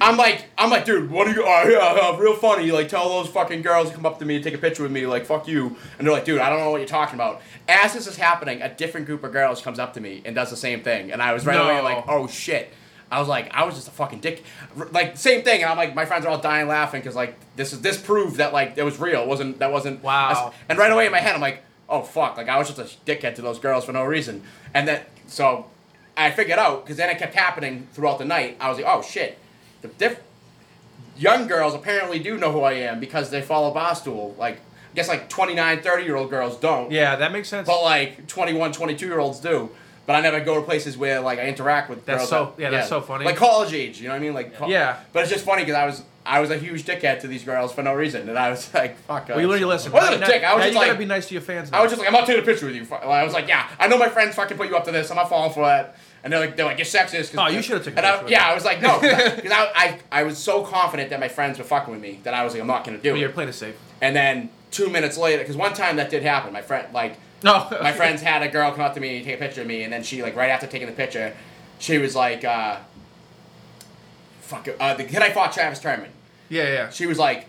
I'm like, I'm like, dude, what are you? Oh, yeah, yeah, real funny. Like, tell those fucking girls to come up to me and take a picture with me. Like, fuck you. And they're like, dude, I don't know what you're talking about. As this is happening, a different group of girls comes up to me and does the same thing, and I was right away No. like, oh shit. I was like, I was just a fucking dick. R- Like, same thing. And I'm like, my friends are all dying laughing because like this is this proved that like it was real. It wasn't that wasn't Wow. that's- and right away in my head, I'm like, oh fuck, like I was just a dickhead to those girls for no reason. And then, so I figured out, because then it kept happening throughout the night. I was like, oh shit, the diff- young girls apparently do know who I am because they follow Barstool. Like, I guess like 29, 30 year old girls don't. Yeah, that makes sense. But like 21, 22 year olds do. But I never go to places where like I interact with That's girls. so- that- yeah, that's so funny. Like college age, you know what I mean? Like co- Yeah. But it's just funny because I was I was a huge dickhead to these girls for no reason, and I was like, fuck. well, you learned your lesson. I wasn't Now- a dick. I was now just you like gotta be nice to your fans. Now. I was just like, I'm not taking a picture with you. Fu- I was like, yeah, I know my friends fucking put you up to this. I'm not falling for that. And they're like, they're like, you're sexist. 'cause- Oh, you should've took a and I- picture with Yeah, them. I was like, no, because I, I, I was so confident that my friends were fucking with me that I was like, I'm not gonna do But you're it. playing it safe. And then two minutes later, because one time that did happen, my friend, like, No, my friends had a girl come up to me and take a picture of me, and then she like right after taking the picture, she was like, uh, fuck, it, uh, the kid I fought, Travis Terman. Yeah, yeah. She was like,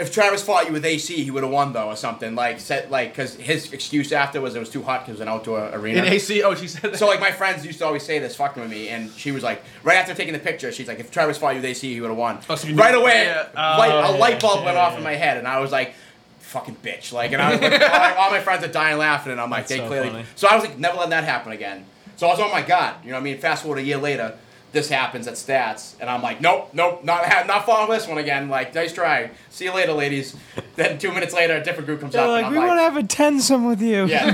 if Travis fought you with AC, he would have won though, or something. Like, said like because his excuse after was it was too hot because it was an outdoor arena. In AC, oh, she said that. so like my friends used to always say this fucking with me, and she was like, right after taking the picture, she's like, if Travis fought you with AC, he would have won. Oh, so you knew- right away, Yeah. light, a light bulb went off in my head, and I was like. Fucking bitch! Like, and I was like, all, my, all my friends are dying laughing, and I'm like, That's they so clearly. funny. So I was like, never let that happen again. So I was, oh my god, you know what I mean? Fast forward a year later, this happens at Stats, and I'm like, nope, nope, not ha- not following this one again. Like, nice try. See you later, ladies. Then two minutes later, a different group comes They're up, like, and we I'm want to like, have a tensum with you. yeah. I,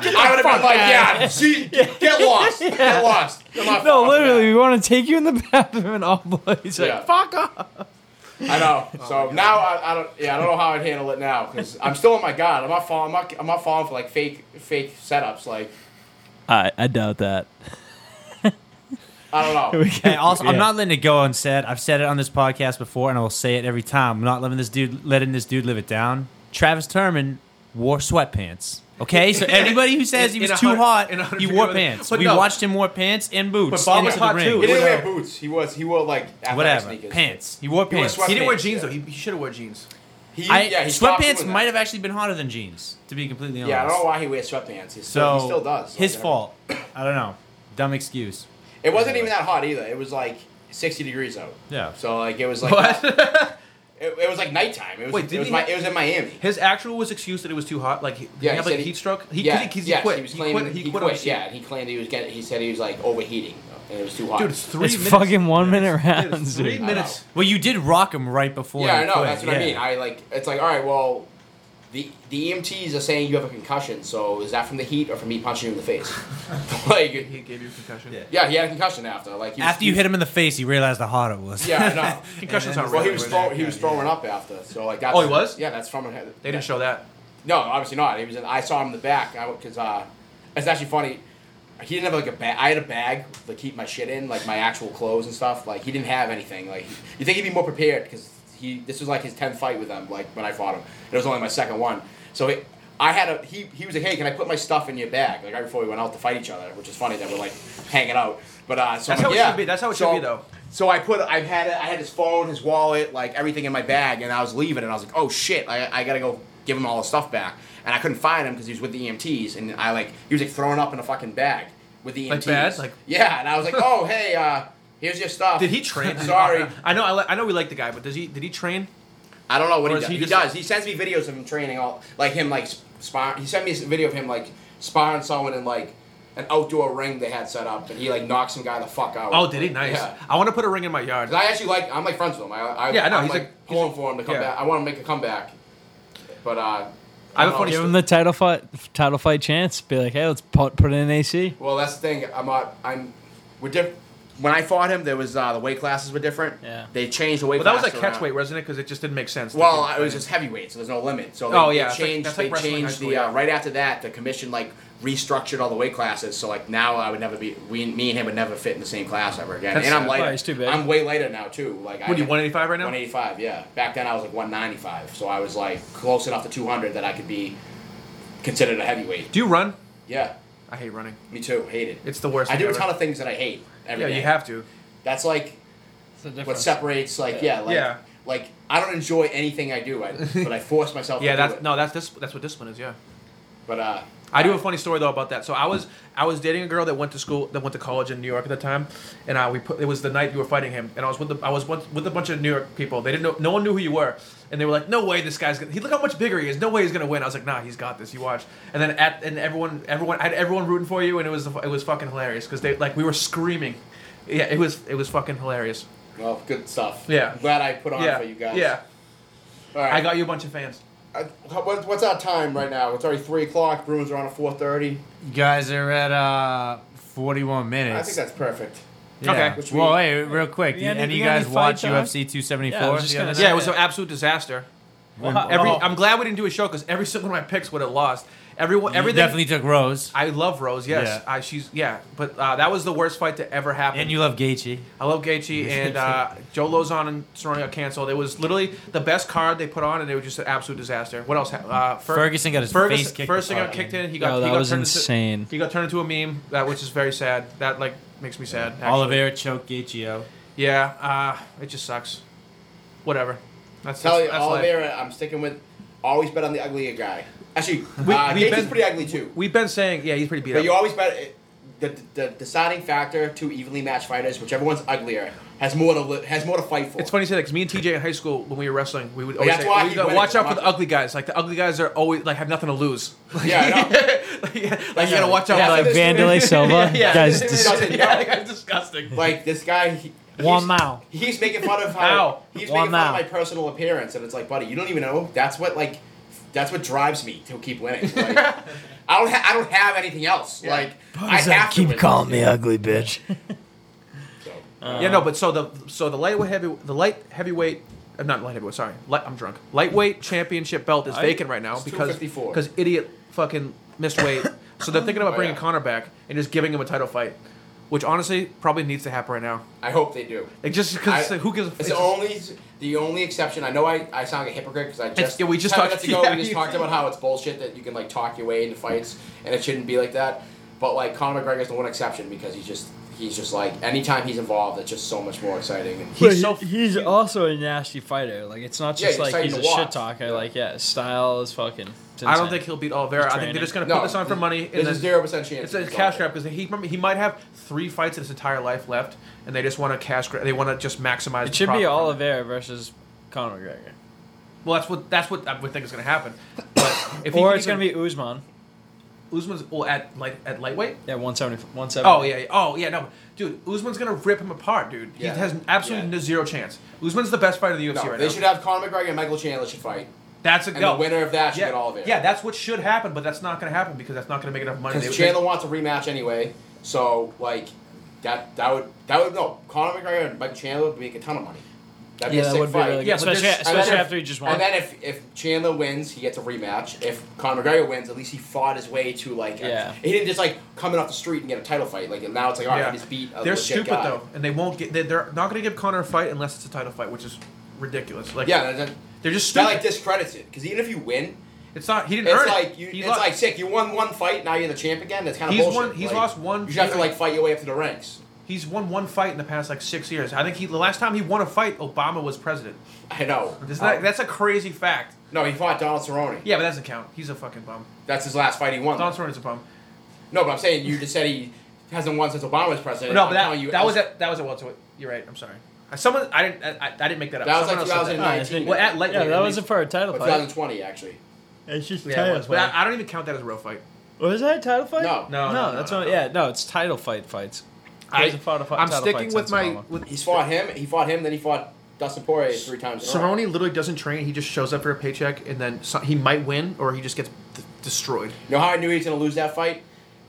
would have been like, yeah, see, get lost, get lost. I'm not No, following literally, we that. want to take you in the bathroom and all boys. Like, Yeah. fuck off. I know. So now I, I don't. Yeah, I don't know how I'd handle it now because I'm still on my god. I'm not falling. I'm not, I'm not falling for like fake fake setups. Like I, I doubt that. I don't know. Hey, also, I'm Yeah. not letting it go unsaid. I've said it on this podcast before, and I will say it every time. I'm not letting this dude letting this dude live it down. Travis Terman wore sweatpants. Okay, so anybody who says he In- was in a too hundred- hot, in a hundred he wore degree weather. pants. But We no. watched him wear pants and But boots. Bob was into the hot, ring. too. He didn't wear Whatever. boots. He was. He wore like athletic Whatever, sneakers. pants. He wore wore pants. sweatpants. he didn't wear sweatpants, jeans yeah. though. He, he should have wore jeans. He, I, yeah, he stopped sweatpants doing might that. have actually been hotter than jeans, to be completely honest. Yeah, I don't know why he wears sweatpants. He still, So he still does. His Like, fault. I don't know. Dumb excuse. It wasn't even that hot either. It was like 60 degrees out. Yeah. So like it was like What? It, it was like nighttime. It was, Wait, it didn't was he my have- it was in Miami. His actual was excuse that it was too hot. Like he, Yeah, he he had said like he- heat stroke. He, yeah, 'cause he, 'cause he yes, quit. He was He claiming quit. He he quit. quit. on- Yeah, and he claimed he was getting. He said he was like overheating and it was too hot. dude, it's three It's minutes. fucking one minute Dude, it's rounds, Three dude. minutes. Well, you did rock him right before. yeah, he I know. quit, That's what I yeah. mean. I like. It's like all right. Well, the the EMTs are saying you have a concussion. So is that from the heat or from me punching you in the face? like, He gave you a concussion. Yeah. yeah, he had a concussion after. Like he was- After you hit him in the face, he realized how hot it was. Yeah, I know. Concussions aren't Well, he real. was throw, he was throwing up after, so like that's Oh, he was? Yeah, that's from. They They didn't show that. No, obviously not. He was. In, I saw him in the back. I because uh, it's actually funny. He didn't have like a bag. I had a bag to keep my shit in, like my actual clothes and stuff. Like he didn't have anything. Like you think he'd be more prepared because he. This was like his tenth fight with them. Like when I fought him, it was only my second one. So he, I had a. He he was like, hey, can I put my stuff in your bag? Like right before we went out to fight each other, which is funny that we're like hanging out. But uh, so That's I'm how like, it yeah. should be. That's how it So- should be, though. so I put, I had, I had his phone, his wallet, like everything in my bag, and I was leaving, and I was like, oh shit, I, I gotta go give him all his stuff back, and I couldn't find him because he was with the EMTs, and I like, he was like throwing up in a fucking bag with the EMTs. Like bad? Like- yeah, and I was like, oh hey, uh, here's your stuff. Did he train? Sorry, I know. I, li- I know we like the guy, but does he? Did he train? I don't know what Or he is does. he He, just- does. He sends me videos of him training all, like him like sp- spar. He sent me a video of him like sparring someone in like an outdoor ring they had set up, and he like knocked some guy the fuck out. Oh, did he? Nice. Yeah. I want to put a ring in my yard. 'Cause I actually like I'm like friends with him. I, I Yeah, I know, I'm, he's like, a- he's pulling a- for him to come yeah. back. I want to make a comeback, but uh, I, I have a don't funny know. Give him the title fight, title fight chance. Be like, hey, let's put, put in an AC. Well, that's the thing. I'm not. I'm. We're diff- When I fought him, there was uh, the weight classes were different. Yeah. They changed the weight. Well, that was class like catch around. weight, wasn't it? Because it just didn't make sense. Well, it was just heavyweight, so there's no limit. So they, Oh, they yeah, it's like- changed. that's like they wrestling in high changed school, the uh, yeah. right after that. The commission like restructured all the weight classes. So like now I would never be. We, me and him would never fit in the same class ever again. That's and I'm sad. lighter. Right, it's too big. I'm way lighter now too. Like What are I, you, 185 right now? 185. Yeah. Back then I was like 195, so I was like close enough to 200 that I could be considered a heavyweight. Do you run? Yeah. I hate running. Me too. Hate it. It's the worst. I thing do a ever. ton of things that I hate. every Yeah, day. you have to. That's like what separates like yeah, like Yeah. like I don't enjoy anything I do, I, but I force myself. to Yeah, do that's it. no, that's this. That's what discipline is. Yeah. But uh, I do have a funny story though about that. So I was I was dating a girl that went to school that went to college in New York at the time, and I, we put, it was the night you were fighting him, and I was with the, I was with with a bunch of New York people. They didn't know no one knew who you were, and they were like, "No way, this guy's gonna, he look how much bigger he is. No way he's gonna win." I was like, "Nah, he's got this. You watch." And then at and everyone everyone I had everyone rooting for you, and it was it was fucking hilarious because they like we were screaming. Yeah, it was it was fucking hilarious. well, good stuff. Yeah. I'm glad I put on yeah, for you guys. yeah. All right. I got you a bunch of fans. Uh, what, what's our time right now? It's already three o'clock. Bruins are on at four thirty. You guys are at uh, 41 minutes. I think that's perfect. Okay. Which Well, we- hey, real quick. We Any, got any- of you we got any guys watch fights on? UFC 274? Yeah, I was just the gonna other say. night? Yeah, it was an absolute disaster. Uh, Every, oh. I'm glad we didn't do a show because every single one of my picks would have lost. Everyone, You everything. definitely took Rose. I love Rose. Yes, Yeah. I, she's yeah, but uh, that was the worst fight to ever happen. And you love Gaethje. I love Gaethje and uh, Joe Lozon and Cerrone got canceled. It was literally the best card they put on, and it was just an absolute disaster. What else? hap- Uh, Fer- Ferguson got his Ferguson, face kicked. Ferguson got apart. kicked in. He got No, he that got was turned insane. Into, he got turned into a meme. That which is very sad. That like makes me sad. actually. Oliveira choked Gaethje out. Yeah, uh, it just sucks. Whatever. That's Tell that's, you, that's life. Oliveira, I'm sticking with. Always bet on the uglier guy. Actually, We- uh, we've Gaethje's been- pretty ugly too. We've been saying yeah, he's pretty beat But you up. always bet uh, the, the deciding factor two evenly matched fighters, whichever one's uglier, has more to li- has more to fight for. It's funny you say that because me and TJ in high school when we were wrestling, we would always Oh, that's say, why I we keep go, winning. "Watch out for Watch the it." ugly guys." Like the ugly guys are always like have nothing to lose. Like, Yeah, I know. like, yeah, like you gotta watch out. Yeah, for Like so this- Vandalay Silva, Yeah, guys. this- dis- doesn't yeah, know. that guy's disgusting. Like this guy, he, One he's- mile. He's making fun of Ow. how he's One making fun mile. of my personal appearance, and it's like, buddy, you don't even know. That's what like, that's what drives me to keep winning. Like, I don't, ha- I don't have anything else. Like, I have to win. ugly, bitch. So, yeah, no, but so the so the lightweight heavy the light heavyweight. uh, Not light heavyweight. Sorry, light, I'm drunk. Lightweight championship belt is vacant right now It's because 254. because idiot fucking missed weight. so they're thinking about Oh, bringing yeah. Connor back and just giving him a title fight, which honestly probably needs to happen right now. I hope they do. Like just I- because who gives a It's the only the only exception. I know I, I sound like a hypocrite because I just yeah, we just 10 talked- minutes ago yeah, we just you- talked about how it's bullshit that you can like talk your way into fights and it shouldn't be like that. But like Conor McGregor's the one exception because he's just he's just like anytime he's involved, it's just so much more exciting. And He's so he's also a nasty fighter. Like it's not Yeah, just he's like exciting he's to a watch. shit talker. Like yeah, his style is fucking. it's I don't insane. think he'll beat Oliveira. I think they're just gonna put no, this on for money. There's And a then zero percent chance. it's a he's cash on grab because he he might have three fights in his entire life left, and they just want to cash grab. They want to just maximize. It the should profit be from Oliveira versus Conor McGregor, it. Well, that's what that's what I would think is gonna happen. But if he or can it's even- gonna be Usman. Usman's well at light at lightweight. Yeah, 170, 170. Oh yeah, yeah. oh yeah, no, dude, Usman's gonna rip him apart, dude. He Yeah. has absolutely Yeah. no zero chance. Usman's the best fighter in the No, UFC right they now. should have Conor McGregor and Michael Chandler should fight. that's a And go. the winner of that should yeah, get Oliveira. yeah, that's what should happen, but that's not gonna happen because that's not gonna make enough money. They- Because Chandler wants a rematch anyway, so like that that would that would no Conor McGregor and Michael Chandler would make a ton of money. That'd be yeah, a that sick would be fight. really good. Yeah, but especially, there's- And then especially if- after he just won. And then if, if Chandler wins, he gets a rematch. If Conor McGregor wins, at least he fought his way to like. a- Yeah. he didn't just like coming off the street and get a title fight. Like now it's like all right, Yeah. I just beat. A they're legit stupid guy. though, and they won't get. They, they're not going to give Connor a fight unless it's a title fight, which is ridiculous. Like, Yeah, that, that, they're just that stupid. like discredits it because even if you win, it's not. He didn't it's earn like it. you, He it's lost- like sick. You won one fight, now you're the champ again. That's kind of He's bullshit. won- he's Like, lost one You just have to fight. like fight your way up to the ranks. he's won one fight in the past like six years. I think he the last time he won a fight, Obama was president. I know. Isn't that- Um, that's a crazy fact. no, he fought Donald Cerrone. Yeah, but that doesn't count. He's a fucking bum. That's his last fight he won. Don Cerrone's a bum. no, but I'm saying you just said he hasn't won since Obama was president. No, I'm but telling that, you, that was at that was at welterweight. You're right. I'm sorry. Uh, Someone I didn't I, I- I didn't make that up. That was Someone like else said that. 2019. Well, at lightweight. yeah, that at was a least. for a title But fight. 2020 actually. It's just Yeah, it was. But I, I don't even count that as a real fight. Was that a title fight? No. No, no, that's no, what. no. Yeah, no, it's title fight fights. I, There's a photo- I'm title sticking fights with on my Samoa. with He's fought him. He fought him. Then he fought Dustin Poirier three times. in a row. Cerrone literally doesn't train. He just shows up for a paycheck, and then so- he might win, or he just gets d- destroyed. You know how I knew he was gonna lose that fight,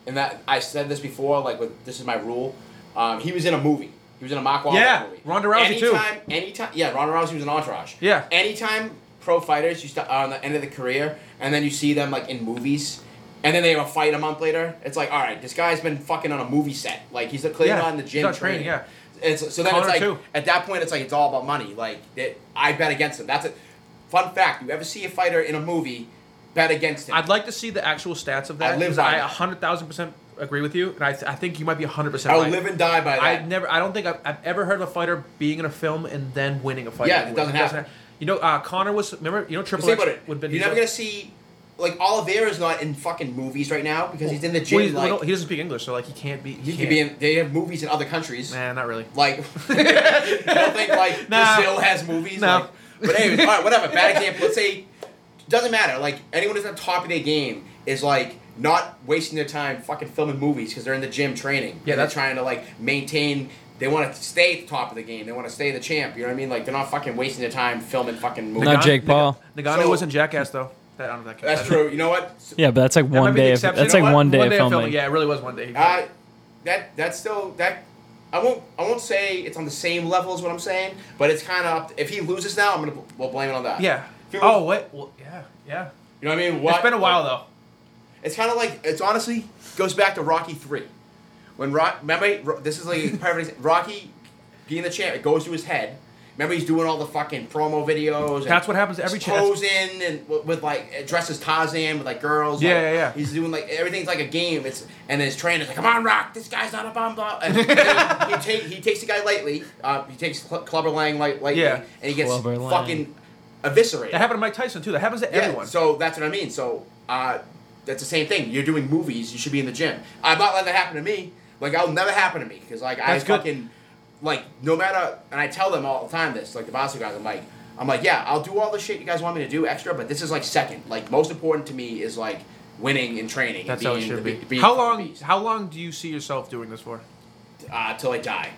and that I said this before. Like, with this is my rule. Um, he was in a movie. He was in a Mark Wahlberg Yeah, movie. Ronda Rousey, too. anytime, too. Anytime, yeah, Ronda Rousey was an entourage. Yeah. Anytime pro fighters you start on the end of the career, and then you see them like in movies, and then they have a fight a month later. It's like, all right, this guy's been fucking on a movie set. Like he's clearly Yeah, not in the he's gym not training, yeah. It's, so then Connor, it's like too. at that point it's like it's all about money. Like it, I bet against him. That's it. Fun fact: You ever see a fighter in a movie, bet against him. I'd like to see the actual stats of that. I live 'cause by I that. 100,000 percent agree with you, and I, I think you might be 100 percent. I'll right. live and die by that. I never. I don't think I've, I've ever heard of a fighter being in a film and then winning a fight. Yeah, it afterwards. doesn't happen. ha- You know, uh, Connor was. Remember, you know, But Triple think H about it. would You're been. never gonna see like Oliveira's not in fucking movies right now because he's in the gym. like he doesn't speak English, so like he can't be. he He, could can't. be in. They have movies in other countries. Nah, not really. Like I don't think like Nah. Brazil has movies. No. Like, but anyways, all right, whatever. Bad example. Let's say doesn't matter. Like anyone who's at the top of their game is like not wasting their time fucking filming movies because they're in the gym training. Yeah, And they're that's- trying to like maintain. They want to stay at the top of the game. They want to stay the champ. You know what I mean? Like they're not fucking wasting their time filming fucking movies. Not Jake Paul. Nagano So- was in Jackass though. That, I don't know if that That's true. You know what? Yeah, but that's like That might one be the day. Of, exception. that's You like know what? one day of of filming. Yeah, it really was one day. Uh, that that's still that. I won't I won't say it's on the same level as what I'm saying, but it's kind of if he loses now, I'm gonna bl- we'll blame it uh, on that. yeah. If he Oh loses- wait. Well, yeah. Yeah. you know what I mean? What, It's been a while though. It's kind of like it's honestly goes back to Rocky three, when Rock remember Ro- this is like a perfect exa- Rocky being the champ. It goes to his head. Remember he's doing all the fucking promo videos. and That's what happens to every he's cha- that's- posing and w- with like dresses Tarzan with like girls. Yeah, like, yeah, yeah. He's doing like everything's like a game. It's and his trainer's like, "Come on, Rock, this guy's not a bomb." blah." And he, he, take, he takes the guy lightly. Uh, he takes Cl- Clubber Lang light, lightly, Yeah. and he gets Clubber Lang. fucking eviscerated. That happened to Mike Tyson too. That happens to everyone. So that's what I mean. So uh, that's the same thing. You're doing movies. You should be in the gym. I'm not letting that happen to me. Like I'll never happen to me because like That's I good. fucking like no matter. And I tell them all the time this. Like the Basel guys, I'm like, I'm like, yeah, I'll do all the shit you guys want me to do extra, but this is like second. Like most important to me is like winning and training. That's and how being it should the, be. be- being how the long? beast, How long do you see yourself doing this for? uh, till I die.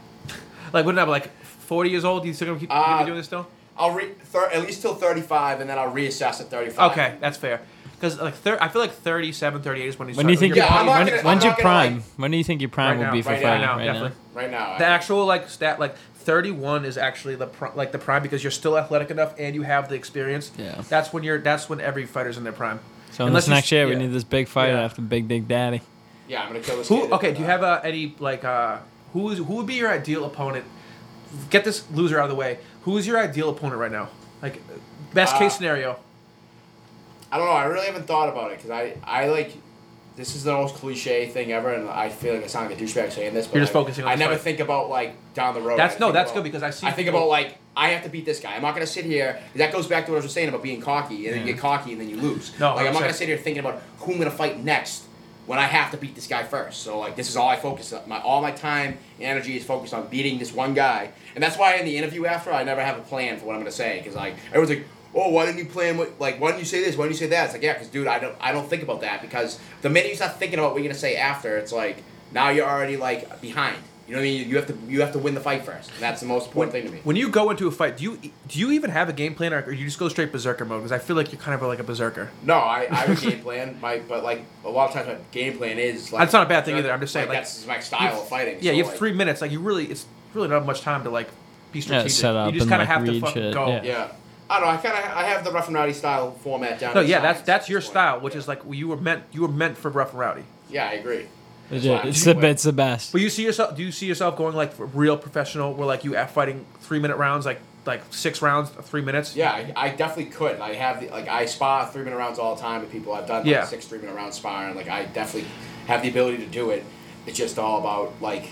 Like, wouldn't I be like forty years old? You still gonna keep, you Uh, gonna be doing this still? I'll re thir- at least till 35, and then I'll reassess at 35. Okay, that's fair. Because like thir- I feel like 37, 38 is when you When start. do you think Yeah, your I'm prime? not When, gonna- I'm when's your not gonna, like- prime? when do you think your prime Right will now, be for right now, fighting? now, right definitely. now, Right now. I- the actual like stat like 31 is actually the pr- like the prime because you're still athletic enough and you have the experience. Yeah. That's when you're. That's when every fighter's in their prime. So unless Unless you- next year we yeah. need this big fight Yeah. after Big Dick Daddy. yeah, I'm gonna kill this. Who? kid. Okay. Do you have uh, any like uh, who is who would be your ideal opponent? Get this loser out of the way. Who is your ideal opponent right now? Like best case Uh, scenario. I don't know. I really haven't thought about it because I, I like, this is the most cliche thing ever, and I feel like I sound like a douchebag saying this. But You're just like, focusing on I the never fight. think about like down the road. That's I no. think That's about- good because I see. I think people- about like I have to beat this guy. I'm not gonna sit here. That goes back to what I was just saying about being cocky, and then you get cocky, and then you lose. No, like I'm not 100%. gonna sit here thinking about who I'm gonna fight next when I have to beat this guy first. So like this is all I focus on. My all my time and energy is focused on beating this one guy, and that's why in the interview after I never have a plan for what I'm gonna say because like everyone's like. Oh, why didn't you plan? What, like, why didn't you say this? Why didn't you say that? It's like, yeah, because dude, I don't, I don't think about that because the minute you start thinking about what you're gonna say after, it's like now you're already like behind. You know what I mean? You have to, you have to win the fight first. And that's the most important thing to me. When you go into a fight, do you do you even have a game plan, or, or you just go straight berserker mode? Because I feel like you're kind of like a berserker. No, I, I have a game plan, my, but like a lot of times my game plan is like That's not a bad thing either, I'm just saying, like, that's my style of fighting. Yeah, so, you have like, three minutes. Like you really, it's really not much time to like be strategic. set up you and, just kind of like, have to read fucking shit, go. yeah. Yeah, I don't know. I kind of I have the rough and rowdy style format down. No, to yeah, science that's that's at your this point. style, which is Yeah. like you were meant you were meant for rough and rowdy. yeah, I agree. That's Legit, why I'm It's the doing it. it's the best. But you see yourself? Do you see yourself going like for real professional, where like you are fighting three minute rounds, like like six rounds, three minutes? Yeah, I, I definitely could. I have the, like I spar three minute rounds all the time with people. I've done like Yeah. six three minute round sparring. Like I definitely have the ability to do it. It's just all about like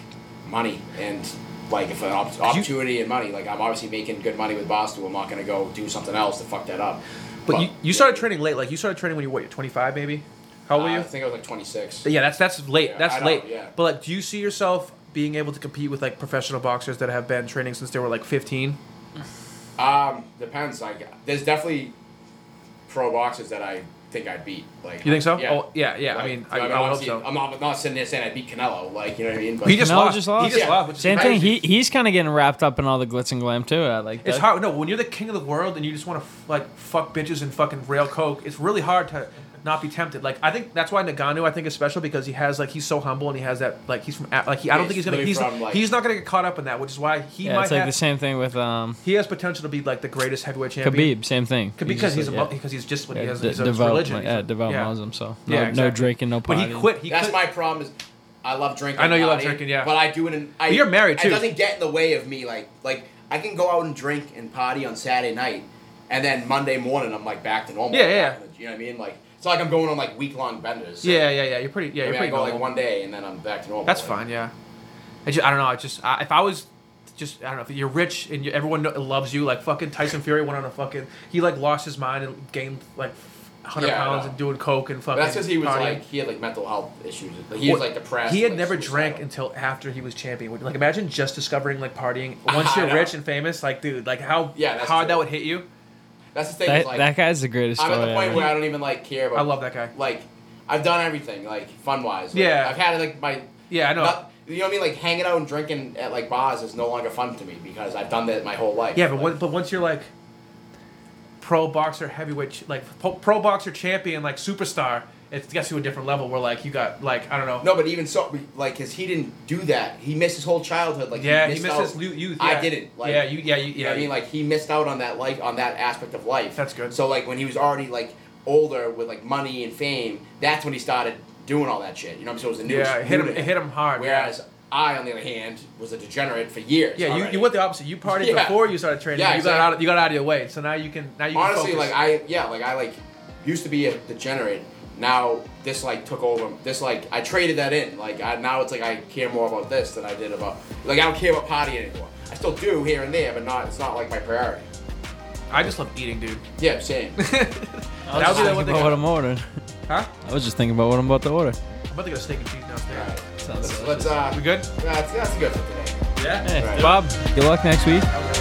money and like if an op- opportunity and money. Like I'm obviously making good money with Boston. I'm not gonna go do something else to fuck that up. But you, you started training late. Like you started training when you what? You're 25 maybe. How old were Uh, you? I think I was like 26. yeah, that's that's late. Yeah, I that's know, late. yeah. But like, do you see yourself being able to compete with like professional boxers that have been training since they were like 15? Um, depends. Like, there's definitely pro boxers that I think I'd beat. Like You think so? Yeah. Oh, yeah, yeah. I Like, mean, I, I, would hope obviously, so. I'm not, not sitting there saying I beat Canelo. Like you know what I mean? But he just Canelo lost. just lost? He just Yeah. lost. Which is Same thing. crazy. He he's kind of getting wrapped up in all the glitz and glam too. I like It's that. hard. No, when you're the king of the world and you just want to like fuck bitches and fucking rail coke, it's really hard to not be tempted. Like I think that's why Nagano I think is special because he has like he's so humble and he has that like he's from A- like he, I don't Yeah, think he's he's gonna really he's from, like- he's not gonna get caught up in that, which is why he Yeah, might it's like have, the same thing with um he has potential to be like the greatest heavyweight champion. Khabib. Same thing. because he's, just a, like, mu- because he's just what yeah, he yeah, has de- his, his devout, religion. yeah, devout Yeah. Muslim. So no, Yeah, no exactly. drinking, no But partying. he quit. He That's quit. my problem. Is I love drinking. I know you love partying, drinking, yeah. But I do it. In, I, You're married, too. It doesn't get in the way of me. Like like I can go out and drink and party on Saturday night, and then Monday morning I'm like back to normal. Yeah, yeah. You know what I mean? Like it's like I'm going on like week long benders. Yeah, yeah, yeah. You're pretty. Yeah, I you're mean, I pretty. go like normal. one day and then I'm back to normal. That's Like, fine, yeah. I just, I don't know. I just, I, if I was, just, I don't know. If you're rich and you, everyone kno- loves you, like fucking Tyson Fury went on a fucking, he like lost his mind and gained like hundred Yeah, I pounds know. and doing coke and fucking. But that's because he was partying. like he had like mental health issues. Like, he was Well, like depressed. He had like, never drank suicidal. until after he was champion. Would- Like imagine just discovering like partying once I you're know. rich and famous, like dude, like how Yeah, that's hard true. that would hit you. That's the thing. is, That, like, that guy's the greatest I'm story. at the point ever. where I don't even like care about. I love that guy. Like, I've done everything like fun wise. Yeah. I've had like my. Yeah, I know. not- you know what I mean? Like hanging out and drinking at like bars is no longer fun to me because I've done that my whole life. Yeah, but Like, when, but once you're like pro boxer heavyweight, ch- like po- pro boxer champion, like superstar, it gets you a different level. Where like you got like I don't know. No, but even so, we- like, cause he didn't do that. He missed his whole childhood. Like, Yeah, he missed out. his lu- youth. I yeah. didn't. Like, yeah, you. Yeah, you. You know Yeah, what I mean? Like he missed out on that life on that aspect of life. That's good. So like when he was already like older with like money and fame, that's when he started doing all that shit. You know what I'm saying? It was the new yeah. It hit him. new to It hit him hard. Whereas I, on the other hand, was a degenerate for years. yeah, yeah you, already. you went the opposite. You partied Yeah. before you started training. Yeah, you exactly. got out. You got out of your way. So now you can. Now you honestly can like I yeah like I like used to be a degenerate. Now this like took over. This like I traded that in. Like I, now it's like I care more about this than I did about like I don't care about partying anymore. I still do here and there, but not it's not like my priority. I, I just love eating, dude. Yeah, same. That would be the one Thinking about what thing. I'm ordering. Huh? I was just thinking about what I'm about to order. I'm about to get a steak and cheese downstairs. Alright. Let's, let's uh We good? that's that's good for today. Yeah. Hey, Right. Bob, good luck next week. Have a good